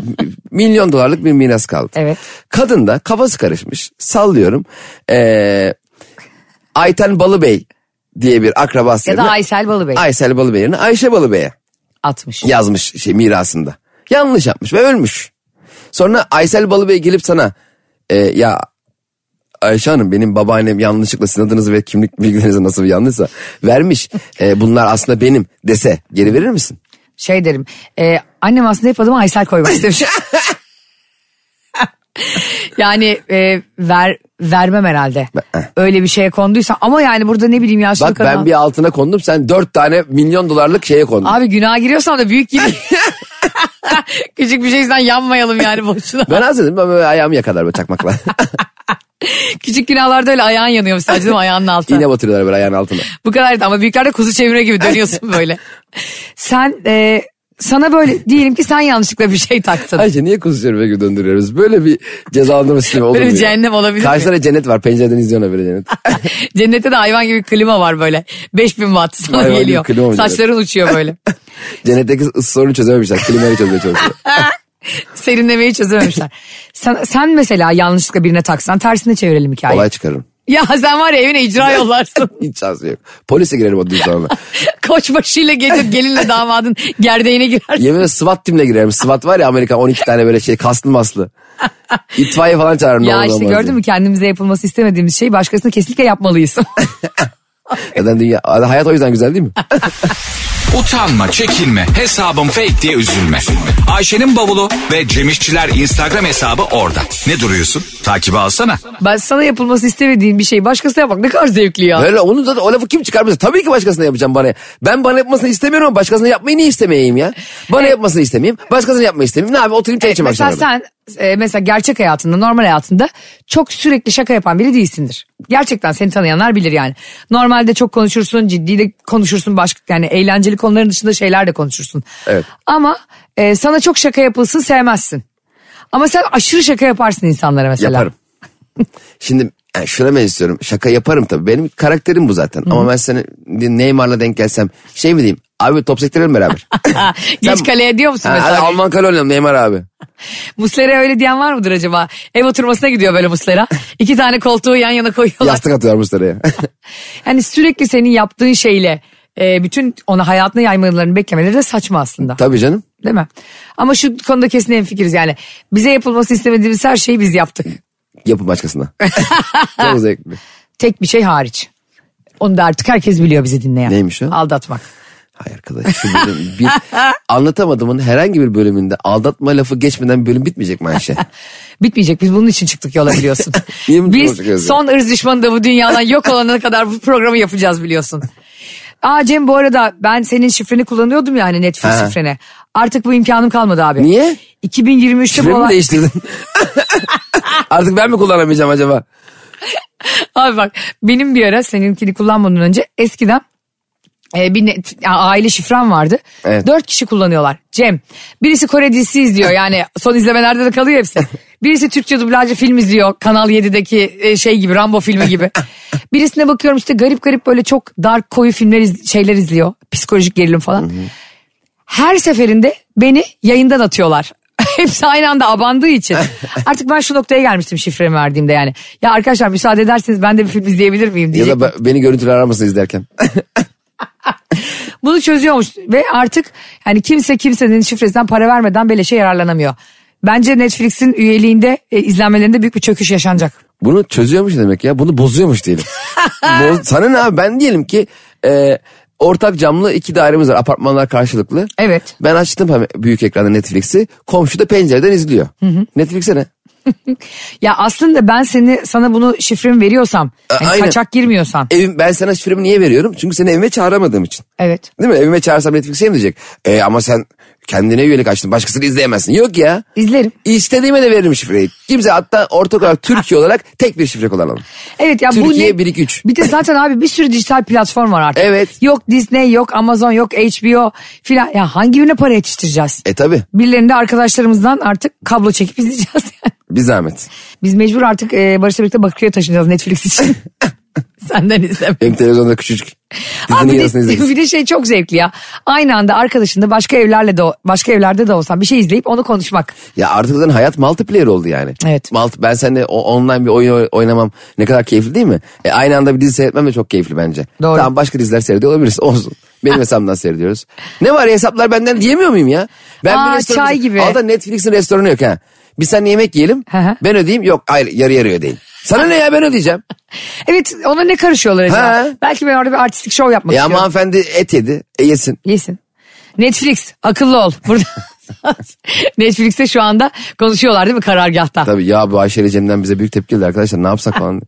[SPEAKER 3] milyon dolarlık bir miras kaldı.
[SPEAKER 2] Evet.
[SPEAKER 3] Kadın da kafası karışmış. Sallıyorum. Ee, Ayten Balıbey diye bir akrabası.
[SPEAKER 2] ya da
[SPEAKER 3] yerine-
[SPEAKER 2] Aysel Balıbey
[SPEAKER 3] Aysel Balıbey yerine Ayşe Balıbey'e
[SPEAKER 2] 60.
[SPEAKER 3] yazmış şey mirasında. Yanlış yapmış ve ölmüş. Sonra Aysel Balıbey gelip sana e, ya Ayşe Hanım benim babaannem yanlışlıkla sizin adınızı ve kimlik bilgilerinizi nasıl bir yanlışsa vermiş. E, bunlar aslında benim dese geri verir misin?
[SPEAKER 2] Şey derim. e, annem aslında hep adıma Aysel koymak istemiş. yani e, ver vermem herhalde. Öyle bir şeye konduysa ama yani burada ne bileyim ya şimdi
[SPEAKER 3] Bak
[SPEAKER 2] kadına-
[SPEAKER 3] ben bir altına kondum sen dört tane milyon dolarlık şeye kondun.
[SPEAKER 2] Abi günaha giriyorsam da büyük gir. Küçük bir şeyden yanmayalım yani boşuna.
[SPEAKER 3] Ben az dedim ben böyle ayağımı yakalar böyle çakmakla.
[SPEAKER 2] Küçük günahlarda öyle ayağın yanıyor mesela değil mi? ayağının altına.
[SPEAKER 3] İğne batırıyorlar böyle ayağın altına.
[SPEAKER 2] Bu kadar da ama büyüklerde kuzu çevire gibi dönüyorsun böyle. sen e, sana böyle diyelim ki sen yanlışlıkla bir şey taktın.
[SPEAKER 3] Ayşe niye kuzu şerife gibi döndürüyoruz? Böyle bir cezalandırma sistemi olur mu?
[SPEAKER 2] Böyle bir
[SPEAKER 3] ya?
[SPEAKER 2] cehennem olabilir mi?
[SPEAKER 3] Karşılara cennet var. Pencereden izliyorsun böyle cennet.
[SPEAKER 2] Cennette de hayvan gibi klima var böyle. 5000 watt sana
[SPEAKER 3] Hayvan gibi klima
[SPEAKER 2] geliyor.
[SPEAKER 3] mı
[SPEAKER 2] Saçların uçuyor böyle.
[SPEAKER 3] Cennetteki ısı sorunu çözememişler. Klimayı çözmeye çalışıyor.
[SPEAKER 2] Serinlemeyi çözememişler. Sen, sen mesela yanlışlıkla birine taksan tersine çevirelim hikayeyi.
[SPEAKER 3] Olay çıkarırım.
[SPEAKER 2] Ya sen var ya evine icra yollarsın.
[SPEAKER 3] Hiç şansı yok. Polise girerim o düz sonra.
[SPEAKER 2] Koçbaşıyla gelip gelinle damadın gerdeğine girer.
[SPEAKER 3] Yemin ederim SWAT timle girerim. SWAT var ya Amerika 12 tane böyle şey kaslı maslı. İtfaiye falan çağırırım. ne
[SPEAKER 2] Ya
[SPEAKER 3] olur
[SPEAKER 2] işte
[SPEAKER 3] olmaz diye.
[SPEAKER 2] şey gördün mü kendimize yapılması istemediğimiz şeyi başkasına kesinlikle yapmalıyız.
[SPEAKER 3] Neden dünya? Hayat o yüzden güzel değil mi?
[SPEAKER 1] Utanma, çekinme, hesabım fake diye üzülme. Ayşe'nin bavulu ve Cemişçiler Instagram hesabı orada. Ne duruyorsun? Takibi alsana.
[SPEAKER 2] Ben sana yapılması istemediğin bir şey başkasına yapmak ne kadar zevkli ya.
[SPEAKER 3] Öyle onu zaten o lafı kim çıkarmış? Tabii ki başkasına yapacağım bana. Ben bana yapmasını istemiyorum ama başkasına yapmayı niye istemeyeyim ya? Bana yapmasını istemeyeyim. Başkasına yapmayı istemeyeyim. Ne abi oturayım çay
[SPEAKER 2] Evet,
[SPEAKER 3] içeyim
[SPEAKER 2] mesela
[SPEAKER 3] akşam.
[SPEAKER 2] sen e, mesela gerçek hayatında normal hayatında çok sürekli şaka yapan biri değilsindir. Gerçekten seni tanıyanlar bilir yani. Normalde çok konuşursun ciddi de konuşursun başka yani eğlenceli konuların dışında şeyler de konuşursun.
[SPEAKER 3] Evet.
[SPEAKER 2] Ama e, sana çok şaka yapılsın sevmezsin. Ama sen aşırı şaka yaparsın insanlara mesela.
[SPEAKER 3] Yaparım. Şimdi yani şuna ben istiyorum. Şaka yaparım tabii. Benim karakterim bu zaten. Ama ben seni Neymar'la denk gelsem şey mi diyeyim? Abi top sektirelim beraber.
[SPEAKER 2] Geç
[SPEAKER 3] Sen-
[SPEAKER 2] kaleye diyor musun
[SPEAKER 3] Ha, hadi
[SPEAKER 2] mesela?
[SPEAKER 3] Alman kale oynayalım Neymar abi.
[SPEAKER 2] Muslera öyle diyen var mıdır acaba? Ev oturmasına gidiyor böyle Muslera. İki tane koltuğu yan yana koyuyorlar.
[SPEAKER 3] Yastık atıyorlar Mustafa'ya.
[SPEAKER 2] Yani sürekli senin yaptığın şeyle e, bütün ona hayatına yaymalarını beklemeleri de saçma aslında.
[SPEAKER 3] tabii canım.
[SPEAKER 2] Değil mi? Ama şu konuda kesin hemfikiriz yani. Bize yapılması istemediğimiz her şeyi biz yaptık.
[SPEAKER 3] Yapın başkasına. Çok zevkli.
[SPEAKER 2] Tek bir şey hariç. Onu da artık herkes biliyor bizi dinleyen.
[SPEAKER 3] Neymiş o?
[SPEAKER 2] Aldatmak.
[SPEAKER 3] Hay arkadaş. şu bölüm bir, anlatamadığımın herhangi bir bölümünde aldatma lafı geçmeden bölüm bitmeyecek mi Ayşe?
[SPEAKER 2] Bitmeyecek biz bunun için çıktık yola biliyorsun.
[SPEAKER 3] İyi mi konuşuyoruz
[SPEAKER 2] biz
[SPEAKER 3] ya?
[SPEAKER 2] son ırz düşmanı da bu dünyadan yok olana kadar bu programı yapacağız biliyorsun. Aa Cem bu arada ben senin şifreni kullanıyordum yani Netflix
[SPEAKER 3] Ha.
[SPEAKER 2] şifrene. Artık bu imkanım kalmadı abi.
[SPEAKER 3] Niye?
[SPEAKER 2] 2023'te bu
[SPEAKER 3] Şifremi mi
[SPEAKER 2] olay-
[SPEAKER 3] değiştirdin? Artık ben mi kullanamayacağım acaba?
[SPEAKER 2] Abi bak benim bir ara seninkini kullanmadan önce eskiden e, bir net- a- aile şifrem vardı.
[SPEAKER 3] Evet.
[SPEAKER 2] Dört kişi kullanıyorlar. Cem. Birisi Kore dizisi izliyor yani son izlemelerde de kalıyor hepsi. Birisi Türkçe dublajlı film izliyor. Kanal 7'deki e, şey gibi Rambo filmi gibi. Birisine bakıyorum işte garip garip böyle çok dark koyu filmler iz- şeyler izliyor. Psikolojik gerilim falan. Her seferinde beni yayından atıyorlar. Hepsi aynı anda abandığı için. Artık ben şu noktaya gelmiştim şifremi verdiğimde yani. Ya arkadaşlar müsaade ederseniz ben de bir film izleyebilir miyim
[SPEAKER 3] Ya
[SPEAKER 2] diyecek.
[SPEAKER 3] da be- beni görüntülü aramasın izlerken.
[SPEAKER 2] Bunu çözüyormuş ve artık yani kimse kimsenin şifresinden para vermeden beleşe yararlanamıyor. Bence Netflix'in üyeliğinde e, izlenmelerinde büyük bir çöküş yaşanacak.
[SPEAKER 3] Bunu çözüyormuş demek ya. Bunu bozuyormuş diyelim. Boz- Sana ne abi? Ben diyelim ki e, ortak camlı iki dairemiz var. Apartmanlar karşılıklı.
[SPEAKER 2] Evet.
[SPEAKER 3] Ben açtım hem- büyük ekranda Netflix'i. Komşu da pencereden izliyor. Netflix'e ne?
[SPEAKER 2] Ya aslında ben seni sana bunu şifremi veriyorsam,
[SPEAKER 3] A-
[SPEAKER 2] yani
[SPEAKER 3] E, aynen. E,
[SPEAKER 2] kaçak girmiyorsan.
[SPEAKER 3] Evim, ben sana şifremi niye veriyorum? Çünkü seni evime çağıramadığım için.
[SPEAKER 2] Evet.
[SPEAKER 3] Değil mi? Evime çağırsam Netflix'e mi diyecek? E, ama sen kendine üyelik açtın. Başkasını izleyemezsin. Yok ya.
[SPEAKER 2] İzlerim.
[SPEAKER 3] İstediğime de veririm şifreyi. Kimse hatta ortak olarak Türkiye olarak tek bir şifre kullanalım.
[SPEAKER 2] Evet ya
[SPEAKER 3] Türkiye
[SPEAKER 2] bu ne?
[SPEAKER 3] 1-2-3.
[SPEAKER 2] Bir de zaten abi bir sürü dijital platform var artık.
[SPEAKER 3] Evet.
[SPEAKER 2] Yok Disney, yok Amazon, yok HBO filan. Ya hangi birine para yetiştireceğiz?
[SPEAKER 3] E tabi
[SPEAKER 2] Birilerinde arkadaşlarımızdan artık kablo çekip izleyeceğiz yani.
[SPEAKER 3] bir zahmet.
[SPEAKER 2] Biz mecbur artık e, Barış'la birlikte Bakırköy'e taşınacağız Netflix için. Senden izleme.
[SPEAKER 3] Benim televizyonda küçücük.
[SPEAKER 2] Abi
[SPEAKER 3] Dizinin
[SPEAKER 2] bir
[SPEAKER 3] yarısını
[SPEAKER 2] de,
[SPEAKER 3] izleriz.
[SPEAKER 2] bir de şey çok zevkli ya. Aynı anda arkadaşınla başka evlerle de o- başka evlerde de olsan bir şey izleyip onu konuşmak.
[SPEAKER 3] Ya artık zaten hayat multiplayer oldu yani.
[SPEAKER 2] Evet.
[SPEAKER 3] Multi, ben seninle o- online bir oyun oy- oynamam ne kadar keyifli değil mi? E, aynı anda bir dizi seyretmem de çok keyifli bence.
[SPEAKER 2] Doğru. Ah.
[SPEAKER 3] Tamam başka diziler seyrediyor olabiliriz olsun. Benim hesabımdan seyrediyoruz. Ne var ya, hesaplar benden diyemiyor muyum ya? Ben
[SPEAKER 2] Aa,
[SPEAKER 3] bir restoranda-
[SPEAKER 2] çay gibi.
[SPEAKER 3] Altta Netflix'in restoranı yok ha. Biz seninle yemek yiyelim
[SPEAKER 2] Hı hı.
[SPEAKER 3] ben ödeyeyim. Yok hayır yarı yarı ödeyeyim. Sana ne ya ben ödeyeceğim.
[SPEAKER 2] Evet ona ne karışıyorlar acaba?
[SPEAKER 3] Ha.
[SPEAKER 2] Belki ben orada bir artistik şov yapmak
[SPEAKER 3] Ya ama
[SPEAKER 2] istiyorum.
[SPEAKER 3] hanımefendi et yedi. E yesin.
[SPEAKER 2] Yesin. Netflix akıllı ol. Burada Netflix'te şu anda konuşuyorlar değil mi karargahta?
[SPEAKER 3] Tabii ya bu Ayşe ile Cem'den bize büyük tepki geldi arkadaşlar ne yapsak falan.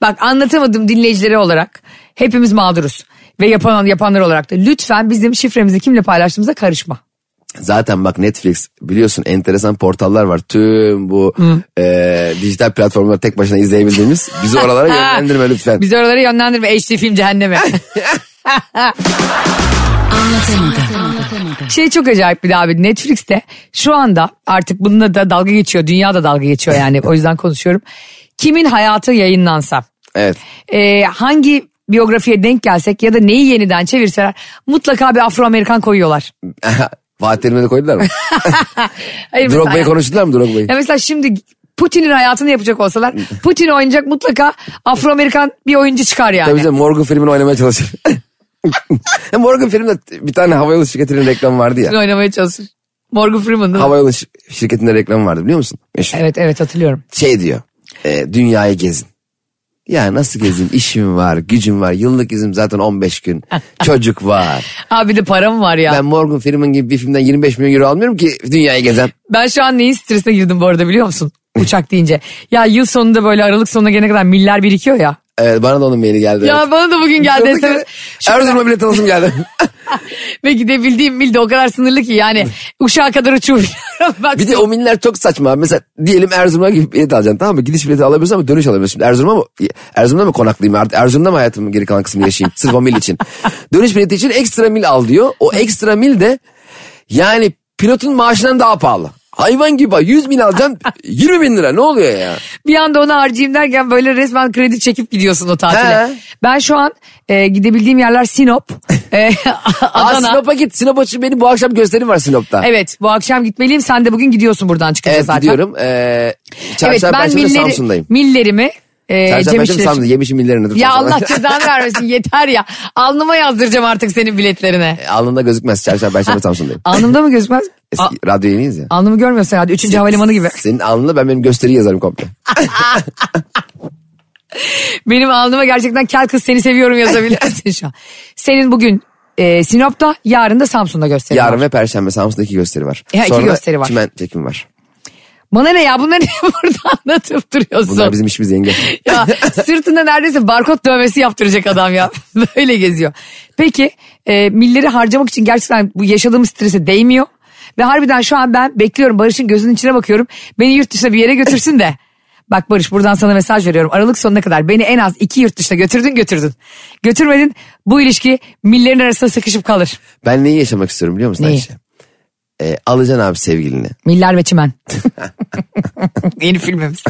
[SPEAKER 2] Bak anlatamadım dinleyicileri olarak hepimiz mağduruz. Ve yapan, yapanlar olarak da lütfen bizim şifremizi kimle paylaştığımıza karışma.
[SPEAKER 3] Zaten bak Netflix biliyorsun enteresan portallar var. Tüm bu e, dijital platformları tek başına izleyebildiğimiz. Bizi oralara yönlendirme lütfen.
[SPEAKER 2] Bizi oralara yönlendirme HD film cehenneme. şey çok acayip bir de abi Netflix'te şu anda artık bununla da dalga geçiyor. Dünya da dalga geçiyor yani o yüzden konuşuyorum. Kimin hayatı yayınlansa
[SPEAKER 3] Evet.
[SPEAKER 2] e, hangi biyografiye denk gelsek ya da neyi yeniden çevirseler mutlaka bir Afro Amerikan koyuyorlar.
[SPEAKER 3] Fatih Terim'e de koydular mı?
[SPEAKER 2] Hayır, mesela-
[SPEAKER 3] Drogba'yı konuştular mı Drogba'yı?
[SPEAKER 2] Ya mesela şimdi Putin'in hayatını yapacak olsalar Putin oynayacak mutlaka Afro Amerikan bir oyuncu çıkar yani.
[SPEAKER 3] Tabii canım Morgan filmini oynamaya çalışır. Morgan filminde bir tane havayolu şirketinin reklamı vardı ya.
[SPEAKER 2] Putin oynamaya çalışır. Morgan Freeman değil mi?
[SPEAKER 3] Havayolu şi- şirketinde reklamı vardı biliyor musun? Meşhur.
[SPEAKER 2] Evet evet hatırlıyorum.
[SPEAKER 3] Şey diyor. e, dünyayı gezin. Ya nasıl gezeyim işim var gücüm var yıllık izim zaten 15 gün çocuk var.
[SPEAKER 2] Abi de param var ya.
[SPEAKER 3] Ben
[SPEAKER 2] Ben,
[SPEAKER 3] Morgan Freeman gibi bir filmden 25 milyon euro almıyorum ki dünyayı gezem.
[SPEAKER 2] şu an neyin stresine girdim bu arada biliyor musun? Uçak deyince. Ya yıl sonunda böyle aralık sonuna gelene kadar miller birikiyor ya.
[SPEAKER 3] Evet Ee, bana da onun maili geldi.
[SPEAKER 2] Ya bana da bugün geldi
[SPEAKER 3] Durduk
[SPEAKER 2] SMS.
[SPEAKER 3] yere Erzurum'a bilet alasım geldi.
[SPEAKER 2] Ve gidebildiğim mil de o kadar sınırlı ki yani uçağa kadar uçuyorum. Bak,
[SPEAKER 3] bir de o miller çok saçma. Mesela diyelim Erzurum'a gidip bilet alacaksın tamam mı? Gidiş bileti alabiliyorsun ama dönüş alamıyorsun. Şimdi Erzurum'a mı? Erzurum'da mı konaklayayım artık? Erzurum'da mı hayatımın geri kalan kısmını yaşayayım? Sırf o mil için. Dönüş bileti için ekstra mil al diyor. O ekstra mil de yani pilotun maaşından daha pahalı. Hayvan gibi bak 100 bin alacaksın 20 bin lira ne oluyor ya?
[SPEAKER 2] bir anda onu harcayayım derken böyle resmen kredi çekip gidiyorsun o tatile.
[SPEAKER 3] He.
[SPEAKER 2] Ben şu an e, gidebildiğim yerler Sinop, e,
[SPEAKER 3] Aa,
[SPEAKER 2] Adana.
[SPEAKER 3] Sinop'a git Sinop için benim bu akşam gösterim var Sinop'ta.
[SPEAKER 2] Evet bu akşam gitmeliyim sen de bugün gidiyorsun buradan çıkınca
[SPEAKER 3] Evet
[SPEAKER 2] zaten.
[SPEAKER 3] gidiyorum. Ee,
[SPEAKER 2] Evet
[SPEAKER 3] Çarşamba
[SPEAKER 2] ben
[SPEAKER 3] Perşembe
[SPEAKER 2] milleri,
[SPEAKER 3] Samsun'dayım.
[SPEAKER 2] millerimi e,
[SPEAKER 3] Çarşamba
[SPEAKER 2] Cem
[SPEAKER 3] Perşembe
[SPEAKER 2] İşçiler-
[SPEAKER 3] Samsun'da yemişim millerini.
[SPEAKER 2] Ya Allah cezanı vermesin yeter ya. Alnıma yazdıracağım artık senin biletlerine.
[SPEAKER 3] Alnında gözükmez. Çarşamba Perşembe Samsun'dayım.
[SPEAKER 2] Alnımda mı gözükmez?
[SPEAKER 3] Eski radyo yeniyiz ya.
[SPEAKER 2] Alnımı görmüyorsun herhalde. Üçüncü havalimanı gibi.
[SPEAKER 3] Senin alnına ben benim gösteri yazarım komple.
[SPEAKER 2] Benim alnıma gerçekten kel kız seni seviyorum yazabilirsin şu an. Senin bugün e, Sinop'ta yarın da Samsun'da gösterim
[SPEAKER 3] Yarın
[SPEAKER 2] var.
[SPEAKER 3] ve Perşembe Samsun'da iki gösteri var.
[SPEAKER 2] Ya iki
[SPEAKER 3] Sonra da
[SPEAKER 2] gösteri var.
[SPEAKER 3] çimen çekimi var.
[SPEAKER 2] Bana ne ya bunları niye burada anlatıp duruyorsun?
[SPEAKER 3] Bunlar bizim işimiz yenge.
[SPEAKER 2] Ya sırtında neredeyse barkod dövmesi yaptıracak adam ya. Böyle geziyor. Peki e, milleri harcamak için gerçekten bu yaşadığımız strese değmiyor. Ve harbiden şu an ben bekliyorum Barış'ın gözünün içine bakıyorum. Beni yurt dışına bir yere götürsün de. Bak Barış buradan sana mesaj veriyorum. Aralık sonuna kadar beni en az iki yurt dışına götürdün götürdün. Götürmedin bu ilişki millerin arasında sıkışıp kalır.
[SPEAKER 3] ben neyi yaşamak istiyorum biliyor musun
[SPEAKER 2] Neyi?
[SPEAKER 3] Ayşe? Ee, alacaksın abi sevgilini.
[SPEAKER 2] Miller ve Çimen. Yeni filmimiz.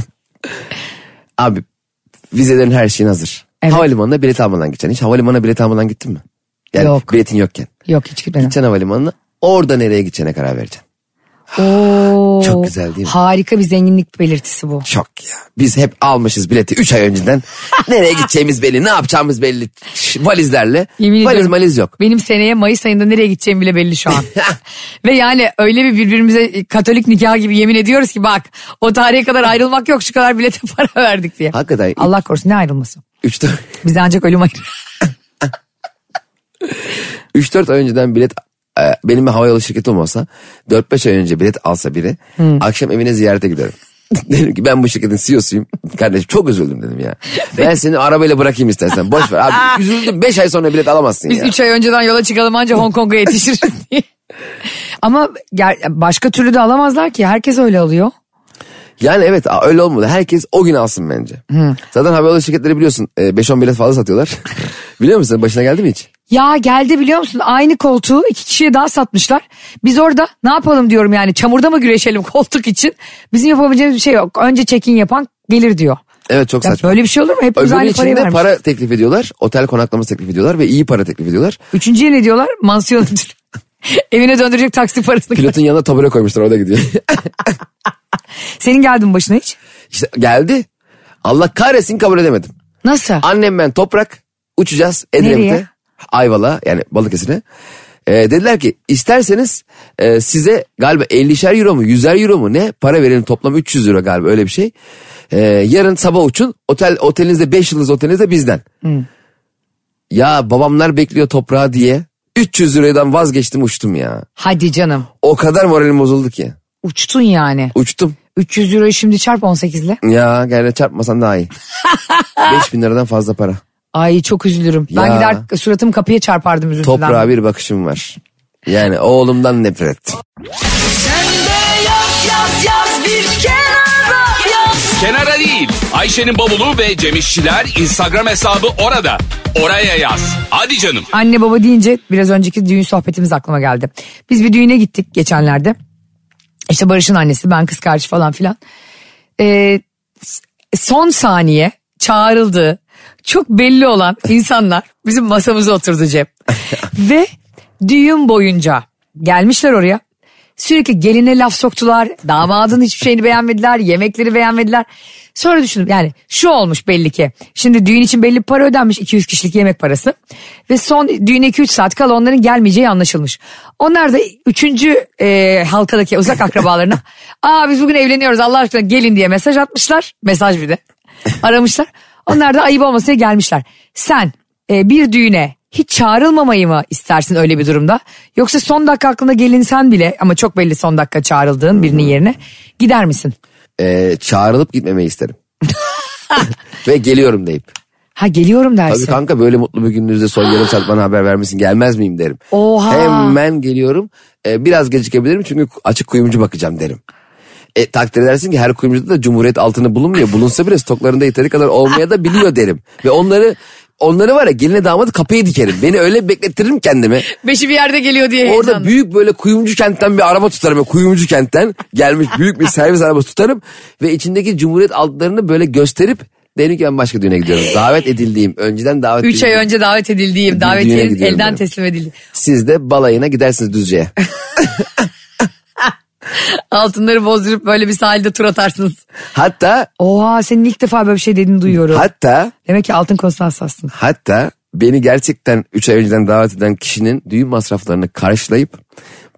[SPEAKER 3] Abi vizelerin her şeyin hazır.
[SPEAKER 2] Evet.
[SPEAKER 3] Havalimanına bilet almadan gideceksin. Hiç havalimanına bilet almadan gittin mi? Yani
[SPEAKER 2] Yok.
[SPEAKER 3] biletin yokken.
[SPEAKER 2] Yok hiç gitmedim.
[SPEAKER 3] Gideceksin havalimanına orada nereye gideceğine karar vereceksin.
[SPEAKER 2] Oo,
[SPEAKER 3] Çok güzel değil mi?
[SPEAKER 2] Harika bir zenginlik belirtisi bu.
[SPEAKER 3] Şok ya. Biz hep almışız bileti 3 ay önceden. Nereye gideceğimiz belli, ne yapacağımız belli. Şş, Valizlerle.
[SPEAKER 2] Yemin
[SPEAKER 3] Valiz
[SPEAKER 2] ediyorum.
[SPEAKER 3] maliz yok.
[SPEAKER 2] Benim seneye Mayıs ayında nereye gideceğim bile belli şu an. Ve yani öyle bir birbirimize Katolik nikah gibi yemin ediyoruz ki bak o tarihe kadar ayrılmak yok şu kadar bilete para verdik diye.
[SPEAKER 3] Hakikaten
[SPEAKER 2] Allah korusun ne ayrılması?
[SPEAKER 3] 3-4
[SPEAKER 2] Bizi ancak ölüm ayırır.
[SPEAKER 3] 3-4 ay önceden bilet e, benim bir havayolu şirketim olsa 4-5 ay önce bilet alsa biri
[SPEAKER 2] Hmm.
[SPEAKER 3] akşam evine ziyarete giderim. dedim ki ben bu şirketin CEO'suyum. Kardeşim çok üzüldüm dedim ya. Ben seni arabayla bırakayım istersen. Boş ver abi. Üzüldüm 5 ay sonra bilet alamazsın
[SPEAKER 2] Biz
[SPEAKER 3] ya.
[SPEAKER 2] 3 ay önceden yola çıkalım anca Hong Kong'a yetişiriz diye. Ama ger- başka türlü de alamazlar ki herkes öyle alıyor.
[SPEAKER 3] Yani evet a- öyle olmadı. Herkes o gün alsın bence.
[SPEAKER 2] Hmm.
[SPEAKER 3] Zaten havayolu şirketleri biliyorsun e, 5-10 bilet fazla satıyorlar. Biliyor musun? Başına geldi mi hiç?
[SPEAKER 2] Ya geldi biliyor musun aynı koltuğu iki kişiye daha satmışlar. Biz orada ne yapalım diyorum yani çamurda mı güreşelim koltuk için? Bizim yapabileceğimiz bir şey yok. Önce check-in yapan gelir diyor.
[SPEAKER 3] Evet çok
[SPEAKER 2] Ya
[SPEAKER 3] saçma.
[SPEAKER 2] böyle bir şey olur mu? Hepimiz
[SPEAKER 3] Öbürü
[SPEAKER 2] aynı
[SPEAKER 3] için
[SPEAKER 2] parayı
[SPEAKER 3] de
[SPEAKER 2] vermiş. Para...
[SPEAKER 3] para teklif ediyorlar. Otel konaklaması teklif ediyorlar ve iyi para teklif ediyorlar.
[SPEAKER 2] Üçüncüye ne diyorlar? Mansiyon Evine döndürecek taksi parasını.
[SPEAKER 3] Pilotun yanına tabure koymuşlar orada gidiyor.
[SPEAKER 2] Senin geldin başına hiç.
[SPEAKER 3] işte geldi. Allah kahretsin kabul edemedim.
[SPEAKER 2] Nasıl?
[SPEAKER 3] Annem ben toprak uçacağız Edremit'e.
[SPEAKER 2] Nereye?
[SPEAKER 3] Ayvalık'a yani Balıkesir'e. Ee, dediler ki isterseniz e, size galiba 50'şer euro mu 100'er euro mu ne para verelim toplam 300 euro galiba öyle bir şey. Ee, yarın sabah uçun otel otelinizde 5 yıldız otelinizde bizden. Ya babamlar bekliyor toprağa diye 300 liradan vazgeçtim uçtum ya.
[SPEAKER 2] Hadi canım.
[SPEAKER 3] O kadar moralim bozuldu ki.
[SPEAKER 2] Uçtun yani.
[SPEAKER 3] Uçtum.
[SPEAKER 2] 300 euroyu şimdi çarp 18 ile.
[SPEAKER 3] Ya gene çarpmasan daha iyi. 5000 liradan fazla para.
[SPEAKER 2] Ay çok üzülürüm.
[SPEAKER 3] Ya.
[SPEAKER 2] Ben gider suratımı kapıya çarpardım üzüntüden.
[SPEAKER 3] Toprağa bir bakışım var. Yani oğlumdan nefret.
[SPEAKER 1] Kenara değil. Ayşe'nin bavulu ve Cemişçiler Instagram hesabı orada. Oraya yaz. Hadi canım.
[SPEAKER 2] Anne baba deyince biraz önceki düğün sohbetimiz aklıma geldi. Biz bir düğüne gittik geçenlerde. İşte Barış'ın annesi ben kız kardeş falan filan. Ee, s- son saniye çağrıldığı çok belli olan insanlar bizim masamıza oturdu Cem. Ve düğün boyunca gelmişler oraya. Sürekli geline laf soktular. Damadın hiçbir şeyini beğenmediler. Yemekleri beğenmediler. Sonra düşündüm yani şu olmuş belli ki. Şimdi düğün için belli bir para ödenmiş 200 kişilik yemek parası. Ve son düğüne 2-3 saat kala onların gelmeyeceği anlaşılmış. Onlar da 3. halkadaki uzak akrabalarına aa biz bugün evleniyoruz Allah aşkına gelin diye mesaj atmışlar. Mesaj bir de. Aramışlar. Onlar da ayıp olmasına gelmişler. Sen e, bir düğüne hiç çağrılmamayı mı istersin öyle bir durumda? Yoksa son dakika aklına gelinsen bile ama çok belli son dakika çağrıldığın birinin yerine gider misin?
[SPEAKER 3] Ee, çağrılıp gitmemeyi isterim. Ve geliyorum deyip.
[SPEAKER 2] Ha geliyorum dersin.
[SPEAKER 3] Tabii kanka böyle mutlu bir gününüzde son yarım saat bana haber vermesin gelmez miyim derim.
[SPEAKER 2] Oha.
[SPEAKER 3] Hemen geliyorum. Ee, biraz gecikebilirim çünkü açık kuyumcu bakacağım derim. E, takdir edersin ki her kuyumcuda da cumhuriyet altını bulunmuyor. Bulunsa bile stoklarında yeteri kadar olmaya da biliyor derim. Ve onları onları var ya geline damadı kapıyı dikerim. Beni öyle bekletirim kendimi.
[SPEAKER 2] Beşi bir yerde geliyor diye
[SPEAKER 3] Orada büyük böyle kuyumcu kentten bir araba tutarım. Kuyumcu kentten gelmiş büyük bir servis arabası tutarım. Ve içindeki cumhuriyet altlarını böyle gösterip derim ki ben başka düğüne gidiyorum. Davet edildiğim, önceden davet
[SPEAKER 2] Üç ay
[SPEAKER 3] edildiğim.
[SPEAKER 2] önce davet edildiğim, davetiyenin
[SPEAKER 3] gidiyorum
[SPEAKER 2] elden
[SPEAKER 3] yani.
[SPEAKER 2] teslim edildi.
[SPEAKER 3] Siz de balayına gidersiniz Düzce'ye.
[SPEAKER 2] Altınları bozdurup böyle bir sahilde tur atarsınız.
[SPEAKER 3] Hatta,
[SPEAKER 2] Oha senin ilk defa böyle bir şey dediğini duyuyorum.
[SPEAKER 3] hatta,
[SPEAKER 2] Demek ki altın konusunda hassassın.
[SPEAKER 3] hatta beni gerçekten 3 ay önceden davet eden kişinin düğün masraflarını karşılayıp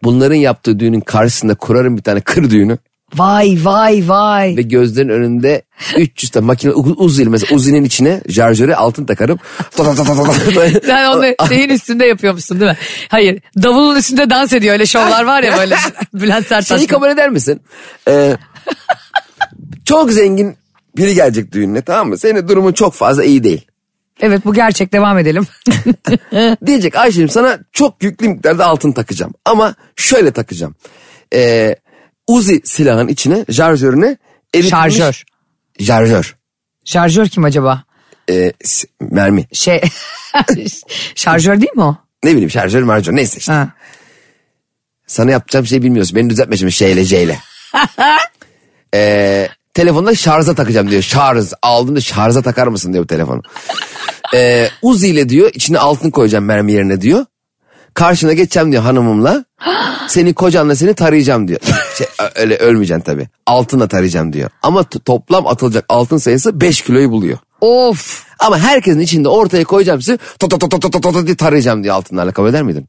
[SPEAKER 3] bunların yaptığı düğünün karşısında kurarım bir tane kır düğünü
[SPEAKER 2] Vay vay vay.
[SPEAKER 3] ve gözlerin önünde 300 tane makine Uzi mesela Uzi'nin içine jarjöre altın takarım.
[SPEAKER 2] Sen onu şeyin üstünde yapıyormuşsun değil mi? Hayır davulun üstünde dans ediyor öyle şovlar var ya böyle Bülent Sertaş.
[SPEAKER 3] Şeyi kabul eder misin? Ee, çok zengin biri gelecek düğününe tamam mı? Senin durumun çok fazla iyi değil.
[SPEAKER 2] Evet bu gerçek devam edelim.
[SPEAKER 3] Diyecek Ayşe'cim sana çok yüklü miktarda altın takacağım. Ama şöyle takacağım. Ee, Uzi silahın içine jarjörüne eritilmiş...
[SPEAKER 2] Şarjör.
[SPEAKER 3] Jarjör.
[SPEAKER 2] Şarjör kim acaba?
[SPEAKER 3] Ee, s- mermi.
[SPEAKER 2] Şey şarjör değil mi o?
[SPEAKER 3] Ne bileyim şarjör marjör neyse işte.
[SPEAKER 2] Ha.
[SPEAKER 3] Sana yapacağım şeyi bilmiyorsun. Beni düzeltme şimdi şeyle şeyle. ee, telefonda şarja takacağım diyor. Şarj aldım da şarja takar mısın diyor bu telefonu. Ee, Uzi ile diyor içine altın koyacağım mermi yerine diyor. Karşına geçeceğim diyor hanımımla. Seni kocanla seni tarayacağım diyor. Şey, ö- öyle ölmeyeceksin tabii. Altınla tarayacağım diyor. Ama t- toplam atılacak altın sayısı 5 kiloyu buluyor.
[SPEAKER 2] Of
[SPEAKER 3] Ama herkesin içinde ortaya koyacağım sizi to to to to to to to diye tarayacağım diyor altınlarla kabul eder miydin?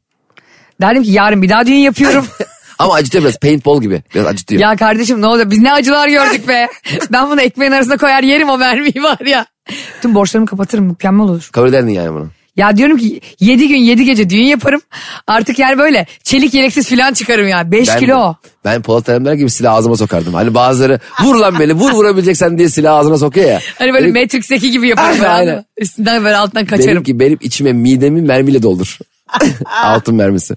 [SPEAKER 2] derdim ki yarın bir daha düğün yapıyorum.
[SPEAKER 3] Ama acıtıyor biraz paintball gibi biraz acıtıyor.
[SPEAKER 2] ya kardeşim ne olacak biz ne acılar gördük be. ben bunu ekmeğin arasına koyar yerim o mermiyi var ya. Tüm borçlarımı kapatırım mükemmel olur.
[SPEAKER 3] Kabul ederdin yani bunu.
[SPEAKER 2] Ya diyorum ki 7 gün 7 gece düğün yaparım. Artık yani böyle çelik yeleksiz falan çıkarım ya. 5
[SPEAKER 3] Ben,
[SPEAKER 2] kilo.
[SPEAKER 3] Ben Polat Alemdar gibi silah ağzıma sokardım. Hani bazıları vur lan beni vur vurabileceksen diye silah ağzıma sokuyor ya.
[SPEAKER 2] Hani böyle
[SPEAKER 3] Benim-
[SPEAKER 2] Matrix'teki gibi yaparım
[SPEAKER 3] Aynen,
[SPEAKER 2] ben. anladın
[SPEAKER 3] aynen.
[SPEAKER 2] mı? Üstünden böyle altından
[SPEAKER 3] Benim
[SPEAKER 2] kaçarım.
[SPEAKER 3] ki benim içime midemi mermiyle doldur. Altın mermisi.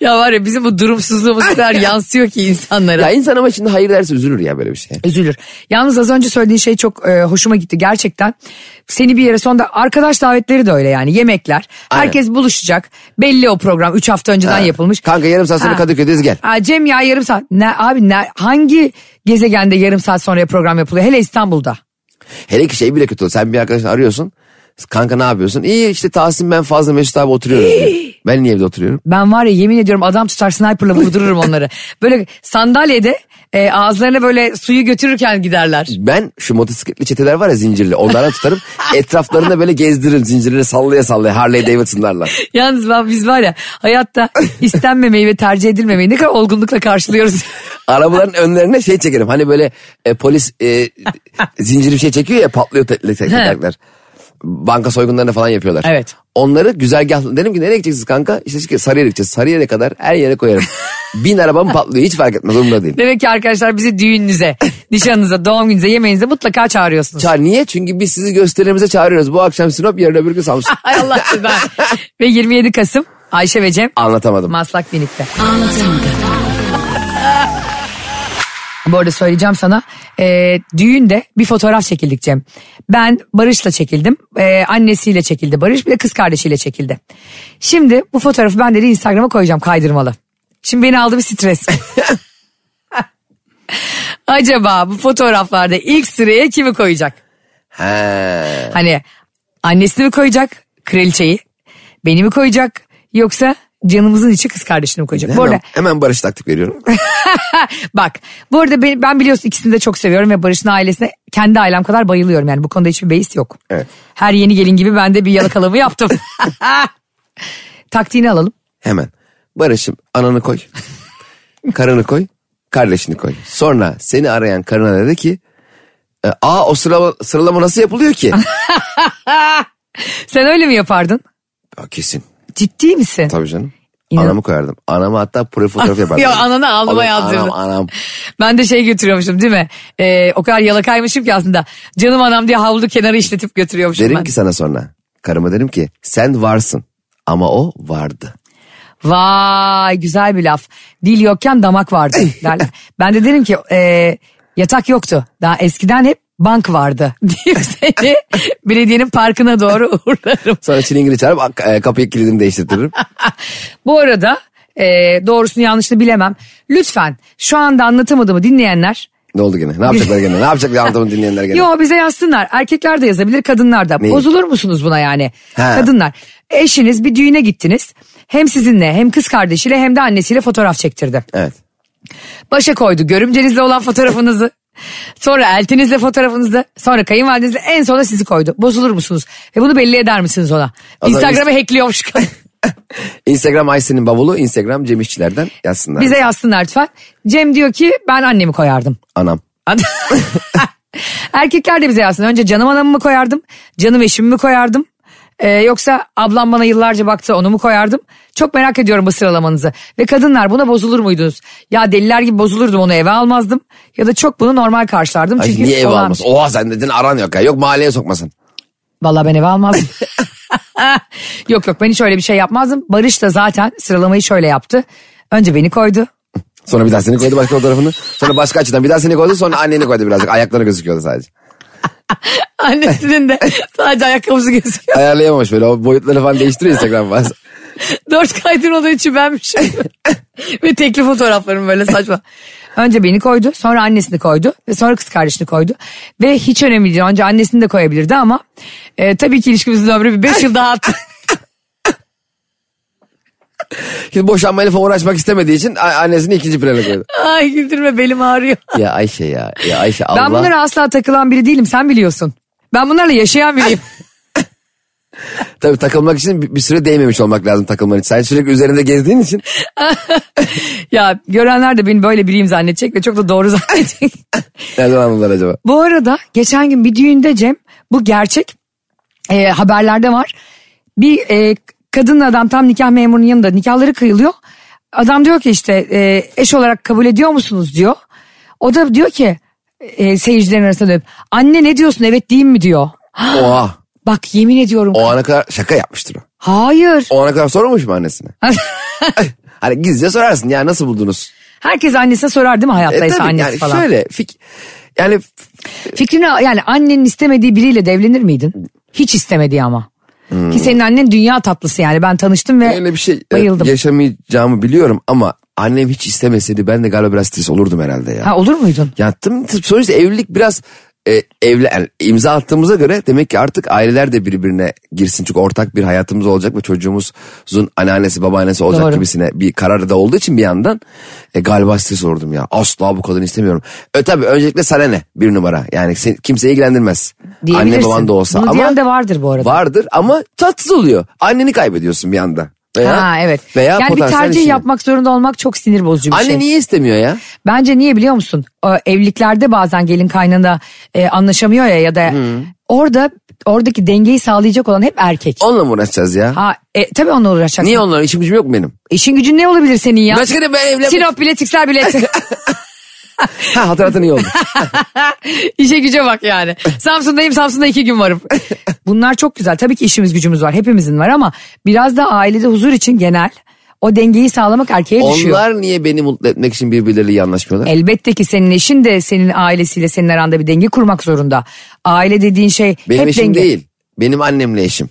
[SPEAKER 2] Ya var ya bizim bu durumsuzluğumuz o kadar yansıyor ki insanlara.
[SPEAKER 3] Ya insan ama şimdi hayır derse üzülür ya böyle bir şey.
[SPEAKER 2] Üzülür. Yalnız az önce söylediğin şey çok e, hoşuma gitti gerçekten. Seni bir yere sonda arkadaş davetleri de öyle yani yemekler.
[SPEAKER 3] Aynen.
[SPEAKER 2] Herkes buluşacak. Belli o program 3 hafta önceden yapılmış.
[SPEAKER 3] Kanka yarım saat sonra
[SPEAKER 2] Ha.
[SPEAKER 3] Kadıköy'deyiz gel.
[SPEAKER 2] Aa, Cem ya yarım saat. Ne, abi ne, hangi gezegende yarım saat sonra program yapılıyor? Hele İstanbul'da.
[SPEAKER 3] Hele ki şey bile kötü olur. Sen bir arkadaşını arıyorsun. Kanka ne yapıyorsun? İyi işte Tahsin ben fazla Mesut abi oturuyoruz diyor. Ben niye evde oturuyorum?
[SPEAKER 2] Ben var ya yemin ediyorum adam tutar sniperla vurdururum onları. Böyle sandalyede e, ağızlarına böyle suyu götürürken giderler.
[SPEAKER 3] Ben şu motosikletli çeteler var ya zincirli. Onlara tutarım. Etraflarında böyle gezdiririm zincirleri sallaya sallaya Harley Davidson'larla.
[SPEAKER 2] Yalnız ben, biz var ya hayatta istenmemeyi ve tercih edilmemeyi ne kadar olgunlukla karşılıyoruz.
[SPEAKER 3] Arabaların önlerine şey çekerim. Hani böyle e, polis e, zinciri bir şey çekiyor ya patlıyor te- te- tekerlekler. Banka soygunlarını falan yapıyorlar.
[SPEAKER 2] Evet.
[SPEAKER 3] Onları güzergahlı. Dedim ki nereye gideceksiniz kanka? İşte dedik ki Sarıyer'e gideceğiz. Sarıyer'e kadar her yere koyarım. Bin arabam patlıyor hiç fark etmez umurumda değil.
[SPEAKER 2] Demek ki arkadaşlar bizi düğününüze, nişanınıza, doğum gününüze, yemeğinize mutlaka çağırıyorsunuz.
[SPEAKER 3] Çağır, niye? Çünkü biz sizi gösterimize çağırıyoruz. Bu akşam Sinop yarın öbür gün Samsun.
[SPEAKER 2] Ay Allah ben. ve 27 Kasım Ayşe ve Cem
[SPEAKER 3] Anlatamadım.
[SPEAKER 2] Maslak Binik'te. Bu arada söyleyeceğim sana. E, düğünde bir fotoğraf çekildik Cem. Ben Barış'la çekildim. E, annesiyle çekildi Barış. Bir de kız kardeşiyle çekildi. Şimdi bu fotoğrafı ben dedi Instagram'a koyacağım kaydırmalı. Şimdi beni aldı bir stres. Acaba bu fotoğraflarda ilk sıraya kimi koyacak?
[SPEAKER 3] He.
[SPEAKER 2] Hani annesini mi koyacak kraliçeyi? Beni mi koyacak? Yoksa canımızın içi kız kardeşini mi koyacak? Bu arada
[SPEAKER 3] Hemen, hemen barış taktik veriyorum.
[SPEAKER 2] Bak bu arada ben, ben biliyorsun ikisini de çok seviyorum ve Barış'ın ailesine kendi ailem kadar bayılıyorum yani bu konuda hiçbir beis yok.
[SPEAKER 3] Evet.
[SPEAKER 2] Her yeni gelin gibi ben de bir yalakalama yaptım. Taktiğini alalım.
[SPEAKER 3] Hemen. Barış'ım ananı koy. Karını koy. Kardeşini koy. Sonra seni arayan karına dedi ki E, Aa o sıralama, sıralama nasıl yapılıyor ki?
[SPEAKER 2] Sen öyle mi yapardın?
[SPEAKER 3] Aa, Kesin.
[SPEAKER 2] Ciddi misin?
[SPEAKER 3] Tabii canım.
[SPEAKER 2] İnan-
[SPEAKER 3] Anamı koyardım. Anamı hatta profil fotoğrafı yapardım.
[SPEAKER 2] Ah, Ya ananı alnıma
[SPEAKER 3] Oğlum,
[SPEAKER 2] yazdırdım.
[SPEAKER 3] Anam anam.
[SPEAKER 2] Ben de şey götürüyormuşum değil mi? Ee, o kadar yalakaymışım ki aslında. Canım anam diye havlu kenara işletip götürüyormuşum
[SPEAKER 3] Derim
[SPEAKER 2] ben.
[SPEAKER 3] ki sana sonra. Karıma derim ki sen varsın ama o vardı.
[SPEAKER 2] Vay güzel bir laf. Dil yokken damak vardı derler. ben de derim ki e, yatak yoktu. Daha eskiden hep bank vardı diye seni belediyenin parkına doğru uğurlarım.
[SPEAKER 3] Sonra çilingiri çağırıp ak- e, kapıyı kilidini değiştiririm.
[SPEAKER 2] Bu arada e, doğrusunu yanlışını bilemem. Lütfen şu anda anlatamadığımı dinleyenler
[SPEAKER 3] ne oldu gene? Ne yapacaklar gene? Ne yapacaklar anlatamı dinleyenler gene?
[SPEAKER 2] Yo bize yazsınlar. Erkekler de yazabilir, kadınlar da.
[SPEAKER 3] Neyi?
[SPEAKER 2] Bozulur musunuz buna yani?
[SPEAKER 3] Ha.
[SPEAKER 2] Kadınlar. Eşiniz bir düğüne gittiniz. Hem sizinle hem kız kardeşiyle hem de annesiyle fotoğraf çektirdi.
[SPEAKER 3] Evet.
[SPEAKER 2] Başa koydu görümcenizle olan fotoğrafınızı. Sonra eltinizle fotoğrafınızı. Sonra kayınvalidenizle en sona sizi koydu. Bozulur musunuz? Ve bunu belli eder misiniz ona?
[SPEAKER 3] O zaman
[SPEAKER 2] Instagram'ı hackliyormuş kadın.
[SPEAKER 3] Instagram Aysin'in bavulu, Instagram Cem İşçilerden yazsınlar.
[SPEAKER 2] Bize yazsınlar lütfen. Cem diyor ki ben annemi koyardım.
[SPEAKER 3] Anam.
[SPEAKER 2] Erkekler de bize yazsın. Önce canım anamı mı koyardım? Canım eşimi mi koyardım? Ee, yoksa ablam bana yıllarca baktı onu mu koyardım? Çok merak ediyorum bu sıralamanızı. Ve kadınlar buna bozulur muydunuz? Ya deliler gibi bozulurdum onu eve almazdım. Ya da çok bunu normal karşılardım.
[SPEAKER 3] Ay,
[SPEAKER 2] Çünkü
[SPEAKER 3] niye ev
[SPEAKER 2] olan-
[SPEAKER 3] almaz? Oha sen dedin aran yok. ya. Yok mahalleye sokmasın.
[SPEAKER 2] Vallahi ben eve almazdım. yok yok ben hiç öyle bir şey yapmazdım. Barış da zaten sıralamayı şöyle yaptı. Önce beni koydu.
[SPEAKER 3] Sonra bir daha seni koydu başka fotoğrafını. Sonra başka açıdan bir daha seni koydu. Sonra anneni koydu birazcık. Ayakları gözüküyordu sadece.
[SPEAKER 2] Annesinin de sadece ayakkabısı gözüküyor.
[SPEAKER 3] Ayarlayamamış böyle. O boyutları falan değiştiriyor Instagram bazen.
[SPEAKER 2] Dört kaydın olduğu için benmişim. Ve tekli fotoğraflarım böyle saçma. Önce beni koydu sonra annesini koydu ve sonra kız kardeşini koydu. Ve hiç önemli değil önce annesini de koyabilirdi ama e, tabii ki ilişkimizin ömrü bir beş yıl daha attı.
[SPEAKER 3] Şimdi boşanmayla falan uğraşmak istemediği için a- annesini ikinci plana koydu.
[SPEAKER 2] Ay güldürme belim ağrıyor.
[SPEAKER 3] Ya Ayşe ya. Ya Ayşe Allah.
[SPEAKER 2] Ben bunlara asla takılan biri değilim sen biliyorsun. Ben bunlarla yaşayan biriyim.
[SPEAKER 3] Tabii takılmak için bir, bir süre değmemiş olmak lazım takılman için. Sen sürekli üzerinde gezdiğin için.
[SPEAKER 2] ya görenler de beni böyle biriyim zannedecek ve çok da doğru zannedecek.
[SPEAKER 3] Nereden anladılar acaba?
[SPEAKER 2] Bu arada geçen gün bir düğünde Cem bu gerçek e, haberlerde var. Bir e, kadınla adam tam nikah memurunun yanında nikahları kıyılıyor. Adam diyor ki işte e, eş olarak kabul ediyor musunuz diyor. O da diyor ki e, seyircilerin arasında dönüp anne ne diyorsun evet diyeyim mi diyor.
[SPEAKER 3] Oha.
[SPEAKER 2] Bak yemin ediyorum.
[SPEAKER 3] O ana kadar şaka yapmıştır o.
[SPEAKER 2] Hayır.
[SPEAKER 3] O ana kadar sormamış mı annesine? Hani gizlice sorarsın ya nasıl buldunuz?
[SPEAKER 2] Herkes annesine sorar değil mi
[SPEAKER 3] E,
[SPEAKER 2] hayattaysa
[SPEAKER 3] tabii
[SPEAKER 2] annesi
[SPEAKER 3] yani
[SPEAKER 2] falan.
[SPEAKER 3] şöyle fik yani
[SPEAKER 2] Fikrini yani annenin istemediği biriyle de evlenir miydin? Hiç istemediği ama. Ki senin annen dünya tatlısı yani ben tanıştım ve
[SPEAKER 3] Hmm. öyle bir şey e,
[SPEAKER 2] bayıldım.
[SPEAKER 3] yaşamayacağımı biliyorum ama annem hiç istemeseydi ben de galiba biraz stres olurdum herhalde ya.
[SPEAKER 2] Ha olur muydun?
[SPEAKER 3] Yattım sonuçta evlilik biraz e, evle yani imza attığımıza göre demek ki artık aileler de birbirine girsin çünkü ortak bir hayatımız olacak ve çocuğumuzun anneannesi babaannesi olacak
[SPEAKER 2] Doğru.
[SPEAKER 3] gibisine bir karar da olduğu için bir yandan e, galiba stres olurdum ya asla bu kadını istemiyorum. E tabi öncelikle sana ne bir numara yani sen, kimseyi ilgilendirmez. Anne
[SPEAKER 2] Diyebilirsin.
[SPEAKER 3] baban da olsa
[SPEAKER 2] Bunu
[SPEAKER 3] ama
[SPEAKER 2] diyen de vardır bu arada.
[SPEAKER 3] vardır ama tatsız oluyor anneni kaybediyorsun bir anda. Veya,
[SPEAKER 2] ha evet.
[SPEAKER 3] Veya
[SPEAKER 2] yani bir
[SPEAKER 3] potansiyel
[SPEAKER 2] tercih
[SPEAKER 3] eşini.
[SPEAKER 2] yapmak zorunda olmak çok sinir bozucu bir
[SPEAKER 3] Anne
[SPEAKER 2] şey.
[SPEAKER 3] niye istemiyor ya?
[SPEAKER 2] Bence niye biliyor musun? Ee, evliliklerde bazen gelin kaynana e, anlaşamıyor ya ya da
[SPEAKER 3] Hmm.
[SPEAKER 2] orada oradaki dengeyi sağlayacak olan hep erkek.
[SPEAKER 3] Onunla mı uğraşacağız ya?
[SPEAKER 2] Ha e, tabii onunla uğraşacaksın.
[SPEAKER 3] Niye onunla işim gücüm yok mu benim?
[SPEAKER 2] İşin gücün ne olabilir senin ya?
[SPEAKER 3] Başka ne ben evlenmek
[SPEAKER 2] Sinop bile tiksel bile.
[SPEAKER 3] Ha hatırlatın iyi oldu.
[SPEAKER 2] İşe güce bak yani. Samsun'dayım Samsun'da iki gün varım. Bunlar çok güzel. Tabii ki işimiz gücümüz var. Hepimizin var ama biraz da ailede huzur için genel o dengeyi sağlamak erkeğe düşüyor.
[SPEAKER 3] Onlar niye beni mutlu etmek için birbirleriyle iyi anlaşmıyorlar?
[SPEAKER 2] Elbette ki senin eşin de senin ailesiyle senin aranda bir denge kurmak zorunda. Aile dediğin şey
[SPEAKER 3] benim
[SPEAKER 2] hep
[SPEAKER 3] eşim
[SPEAKER 2] denge.
[SPEAKER 3] değil. Benim annemle eşim.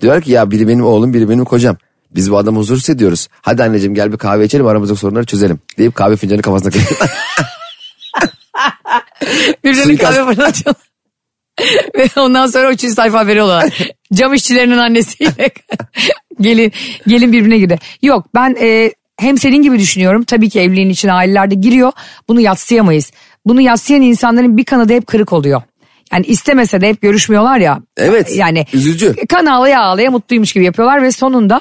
[SPEAKER 3] Diyor ki ya biri benim oğlum biri benim kocam. Biz bu adamı huzursuz ediyoruz. Hadi anneciğim gel bir kahve içelim aramızdaki sorunları çözelim. Deyip kahve fincanı kafasına koyuyor.
[SPEAKER 2] Birbirlerinin
[SPEAKER 3] Suikast.
[SPEAKER 2] kahve fırlatıyorlar. Ve ondan sonra üçüncü sayfa haberi oluyorlar. Cam işçilerinin annesiyle gelin gelin birbirine girdi. Yok ben e, hem senin gibi düşünüyorum. Tabii ki evliliğin için aileler de giriyor. Bunu yatsıyamayız. Bunu yatsıyan insanların bir kanadı hep kırık oluyor. Yani istemese de hep görüşmüyorlar ya.
[SPEAKER 3] Evet,
[SPEAKER 2] Yani
[SPEAKER 3] üzücü.
[SPEAKER 2] Kan ağlaya ağlaya mutluymuş gibi yapıyorlar ve sonunda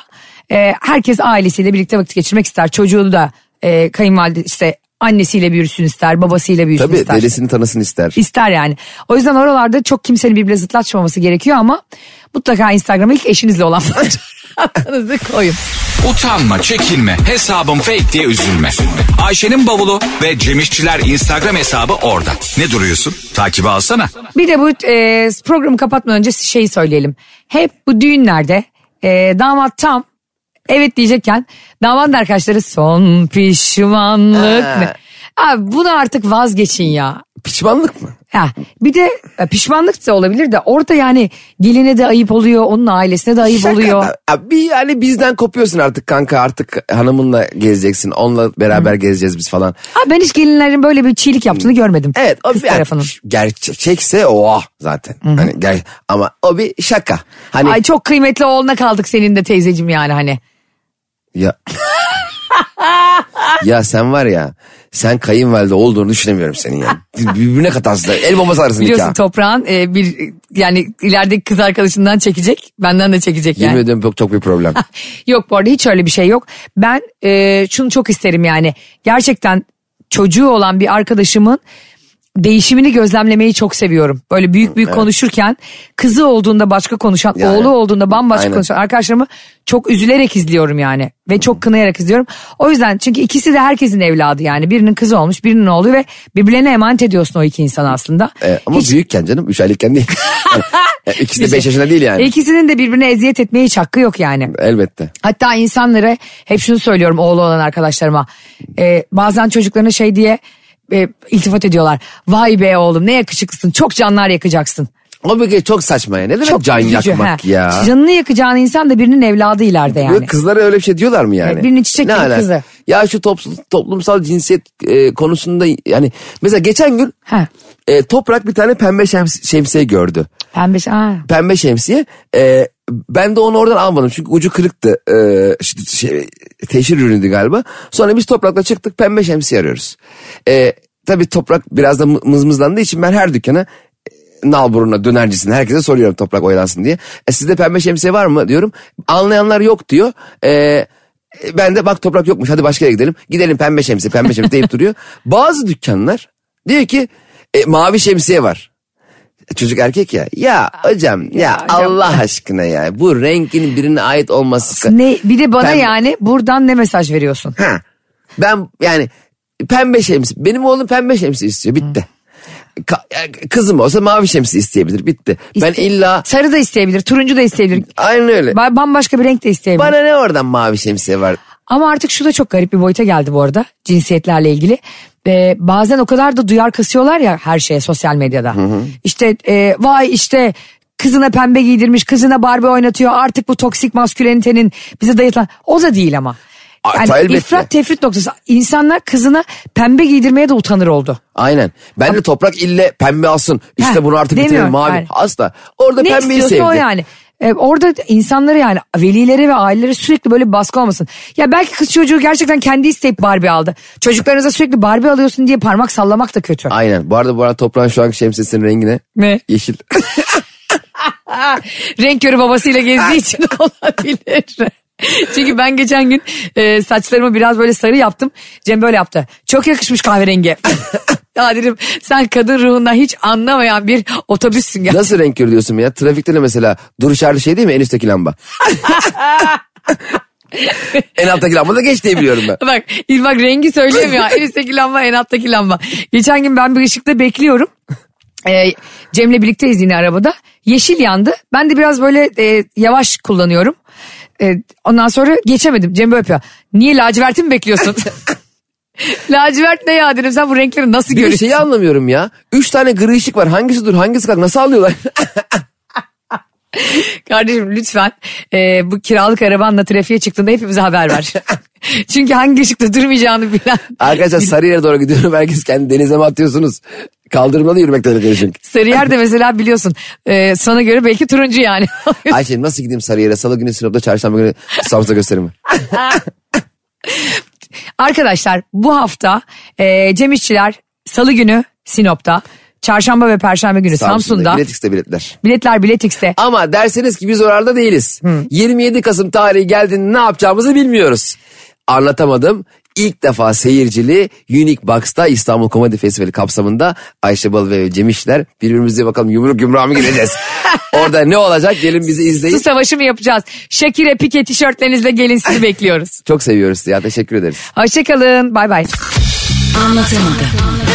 [SPEAKER 2] e, herkes ailesiyle birlikte vakit geçirmek ister. Çocuğu da e, kayınvalide işte Annesiyle büyürsün ister, babasıyla büyürsün
[SPEAKER 3] Tabii
[SPEAKER 2] ister.
[SPEAKER 3] delisini tanısın ister.
[SPEAKER 2] İster yani. O yüzden oralarda çok kimsenin birbirine zıtlaşmaması gerekiyor ama mutlaka Instagram'a ilk eşinizle olan fotoğraflarınızı koyun.
[SPEAKER 1] Utanma, çekinme, hesabım fake diye üzülme. Ayşe'nin bavulu ve Cemişçiler Instagram hesabı orada. Ne duruyorsun? Takibi alsana.
[SPEAKER 2] Bir de bu e, programı kapatmadan önce şeyi söyleyelim. Hep bu düğünlerde e, damat tam evet diyecekken damadın arkadaşları son pişmanlık.
[SPEAKER 3] Ha.
[SPEAKER 2] ne? Abi bunu artık vazgeçin ya.
[SPEAKER 3] Pişmanlık mı?
[SPEAKER 2] Ha, bir de e, pişmanlık da olabilir de orada yani geline de ayıp oluyor, onun ailesine de ayıp
[SPEAKER 3] Şaka
[SPEAKER 2] oluyor.
[SPEAKER 3] da- Ya bir yani bizden kopuyorsun artık kanka artık hanımınla gezeceksin onunla beraber gezeceğiz biz falan.
[SPEAKER 2] Abi ben hiç gelinlerin böyle bir çiğlik yaptığını görmedim.
[SPEAKER 3] Hmm. Evet o
[SPEAKER 2] Kız
[SPEAKER 3] bir yani
[SPEAKER 2] tarafının.
[SPEAKER 3] gerçekse o ah zaten. Hani ger- ama o bir şaka. Hani
[SPEAKER 2] Ay çok kıymetli oğluna kaldık senin de teyzecim yani hani.
[SPEAKER 3] ya ya sen var ya sen kayınvalide olduğunu düşünemiyorum senin ya. Birbirine katarsın. El bombası alırsın
[SPEAKER 2] Biliyorsun
[SPEAKER 3] nikah.
[SPEAKER 2] toprağın e, bir yani ilerideki kız arkadaşından çekecek. Benden de çekecek yani.
[SPEAKER 3] Yemin ediyorum çok, çok bir problem.
[SPEAKER 2] Yok bu arada hiç öyle bir şey yok. Ben e, şunu çok isterim yani. Gerçekten çocuğu olan bir arkadaşımın değişimini gözlemlemeyi çok seviyorum. Böyle büyük büyük konuşurken kızı olduğunda başka konuşan,
[SPEAKER 3] Yani.
[SPEAKER 2] oğlu olduğunda bambaşka
[SPEAKER 3] Aynen.
[SPEAKER 2] konuşan arkadaşlarımı çok üzülerek izliyorum yani. Ve çok kınayarak izliyorum. O yüzden çünkü ikisi de herkesin evladı yani. Birinin kızı olmuş, birinin oğlu ve birbirlerine emanet ediyorsun o iki insan aslında.
[SPEAKER 3] E, ama
[SPEAKER 2] Hiç-
[SPEAKER 3] büyükken canım 3 aylıkken değil. Yani, e, ikisi de 5 yaşında değil yani.
[SPEAKER 2] İkisinin de birbirine eziyet etmeye hiç hakkı yok yani.
[SPEAKER 3] Elbette.
[SPEAKER 2] Hatta insanlara hep şunu söylüyorum oğlu olan arkadaşlarıma. Ee, bazen çocuklarına şey diye e, iltifat ediyorlar. Vay be oğlum ne yakışıklısın çok canlar yakacaksın.
[SPEAKER 3] O bir kere çok saçma ya. Ne demek can
[SPEAKER 2] üzücü,
[SPEAKER 3] yakmak
[SPEAKER 2] he.
[SPEAKER 3] ya?
[SPEAKER 2] Canını yakacağın insan da birinin evladı ileride
[SPEAKER 3] Böyle
[SPEAKER 2] yani.
[SPEAKER 3] Kızlara öyle bir şey diyorlar mı yani?
[SPEAKER 2] Evet, birinin çiçek gibi
[SPEAKER 3] alaka?
[SPEAKER 2] kızı.
[SPEAKER 3] Ya şu tops- toplumsal cinsiyet e, konusunda yani mesela geçen gün
[SPEAKER 2] Ha.
[SPEAKER 3] e, Toprak bir tane pembe şems- şemsiye gördü.
[SPEAKER 2] Pembe şey- aa.
[SPEAKER 3] Pembe şemsiye. E, ben de onu oradan almadım çünkü ucu kırıktı. E, işte şey, teşhir ürünüydü galiba. Sonra biz Toprak'la çıktık pembe şemsiye arıyoruz. E, tabii Toprak biraz da mı- mızmızlandığı için ben her dükkana nalburuna dönercisine herkese soruyorum toprak oylansın diye. E, sizde pembe şemsiye var mı diyorum. Anlayanlar yok diyor. E, e, ben de bak toprak yokmuş hadi başka yere gidelim. Gidelim pembe şemsiye pembe şemsiye deyip duruyor. Bazı dükkanlar diyor ki "E, mavi şemsiye var. E, Çocuk erkek ya. Ya hocam ya,
[SPEAKER 2] hocam.
[SPEAKER 3] Allah aşkına ya. Bu rengin birine ait olması.
[SPEAKER 2] Ne, bir de bana
[SPEAKER 3] Ben-
[SPEAKER 2] yani buradan ne mesaj veriyorsun?
[SPEAKER 3] Ha. Ben yani pembe şemsi. Benim oğlum pembe şemsi istiyor. Bitti. Ka- e, Kızım olsa mavi şemsi isteyebilir. Bitti. ben
[SPEAKER 2] İste-
[SPEAKER 3] illa
[SPEAKER 2] Sarı da isteyebilir, turuncu da isteyebilir.
[SPEAKER 3] Aynen öyle.
[SPEAKER 2] ba- Bambaşka bir renk de isteyebilir.
[SPEAKER 3] Bana ne oradan mavi şemsiye var?
[SPEAKER 2] Ama artık şu da çok garip bir boyuta geldi bu arada cinsiyetlerle ilgili. Ee, bazen o kadar da duyar kasıyorlar ya her şeye sosyal medyada. İşte e, vay işte kızına pembe giydirmiş, kızına Barbie oynatıyor. Artık bu toksik maskülenitenin bize dayatılan o da değil ama.
[SPEAKER 3] Aa,
[SPEAKER 2] Yani
[SPEAKER 3] elbette.
[SPEAKER 2] ifrat tefrit noktası. İnsanlar kızına pembe giydirmeye de utanır oldu.
[SPEAKER 3] Aynen. Ben de toprak ille pembe alsın. İşte
[SPEAKER 2] Heh,
[SPEAKER 3] bunu artık
[SPEAKER 2] demiyorum.
[SPEAKER 3] bitirelim mavi.
[SPEAKER 2] Aynen.
[SPEAKER 3] Asla. Orada
[SPEAKER 2] ne
[SPEAKER 3] pembeyi
[SPEAKER 2] istiyorsa
[SPEAKER 3] sevdi.
[SPEAKER 2] o yani. Ee, orada insanları yani velilere ve ailelere sürekli böyle baskı olmasın. Ya belki kız çocuğu gerçekten kendi isteyip Barbie aldı. Çocuklarınıza sürekli Barbie alıyorsun diye parmak sallamak da kötü.
[SPEAKER 3] Aynen. Bu arada bu arada toprağın şu anki şemsiyesinin rengi ne?
[SPEAKER 2] Ne?
[SPEAKER 3] Yeşil.
[SPEAKER 2] Ah, Renk körü babasıyla
[SPEAKER 3] Ah.
[SPEAKER 2] gezdiği için olabilir. Çünkü ben geçen gün e, saçlarımı biraz böyle sarı yaptım. Cem böyle yaptı. Çok yakışmış kahverengi. ya dedim sen kadın ruhundan hiç anlamayan bir otobüssün ya.
[SPEAKER 3] Nasıl renk körü diyorsun ya? Trafikte de mesela duruş harbi şey değil mi? En üstteki lamba. en alttaki lamba da geç diye biliyorum ben.
[SPEAKER 2] Bak, il- bak rengi söyleyemiyor. en üstteki lamba en alttaki lamba. Geçen gün ben bir ışıkta bekliyorum. Ee, Cem'le birlikteyiz yine arabada. Yeşil yandı. Ben de biraz böyle e, yavaş kullanıyorum. E, ondan sonra geçemedim. Cem böyle yapıyor. Niye laciverti mi bekliyorsun? Lacivert ne ya dedim sen bu renkleri nasıl
[SPEAKER 3] Bir de şey-
[SPEAKER 2] görüyorsun?
[SPEAKER 3] şeyi anlamıyorum ya. Üç tane gri ışık var. Hangisi dur hangisi kalk? Nasıl alıyorlar?
[SPEAKER 2] Kardeşim lütfen e, bu kiralık arabanla trafiğe çıktığında hepimize haber ver. Çünkü hangi ışıkta durmayacağını bilen
[SPEAKER 3] Arkadaşlar Sarıyer'e doğru gidiyorum. Herkes kendi denize mi atıyorsunuz? Kaldırımda da yürümek tehlikeli çünkü.
[SPEAKER 2] Sarıyer de mesela biliyorsun e, sana göre belki turuncu yani.
[SPEAKER 3] Ayşe nasıl gideyim Sarıyer'e? Salı günü Sinop'ta, çarşamba günü Samsun'a gösterimi.
[SPEAKER 2] Ah. Arkadaşlar bu hafta e, Cem İşçiler salı günü Sinop'ta, çarşamba ve perşembe günü Samsun'da,
[SPEAKER 3] Bilet X'te biletler.
[SPEAKER 2] biletler Bilet X'te.
[SPEAKER 3] Ama derseniz ki biz orada değiliz. 27 Kasım tarihi geldiğinde ne yapacağımızı bilmiyoruz. Anlatamadım. ilk defa seyircili Unique Box'ta İstanbul Komedi Festivali kapsamında Ayşe Balı ve Cem İşler birbirimize bakalım yumruk yumruğa mı gireceğiz? Orada ne olacak gelin bizi izleyin.
[SPEAKER 2] Su savaşı mı yapacağız? Şakire Pike tişörtlerinizle gelin sizi bekliyoruz.
[SPEAKER 3] Çok seviyoruz ya teşekkür ederiz.
[SPEAKER 2] Hoşçakalın. Bay bay.
[SPEAKER 4] Anlatamadım.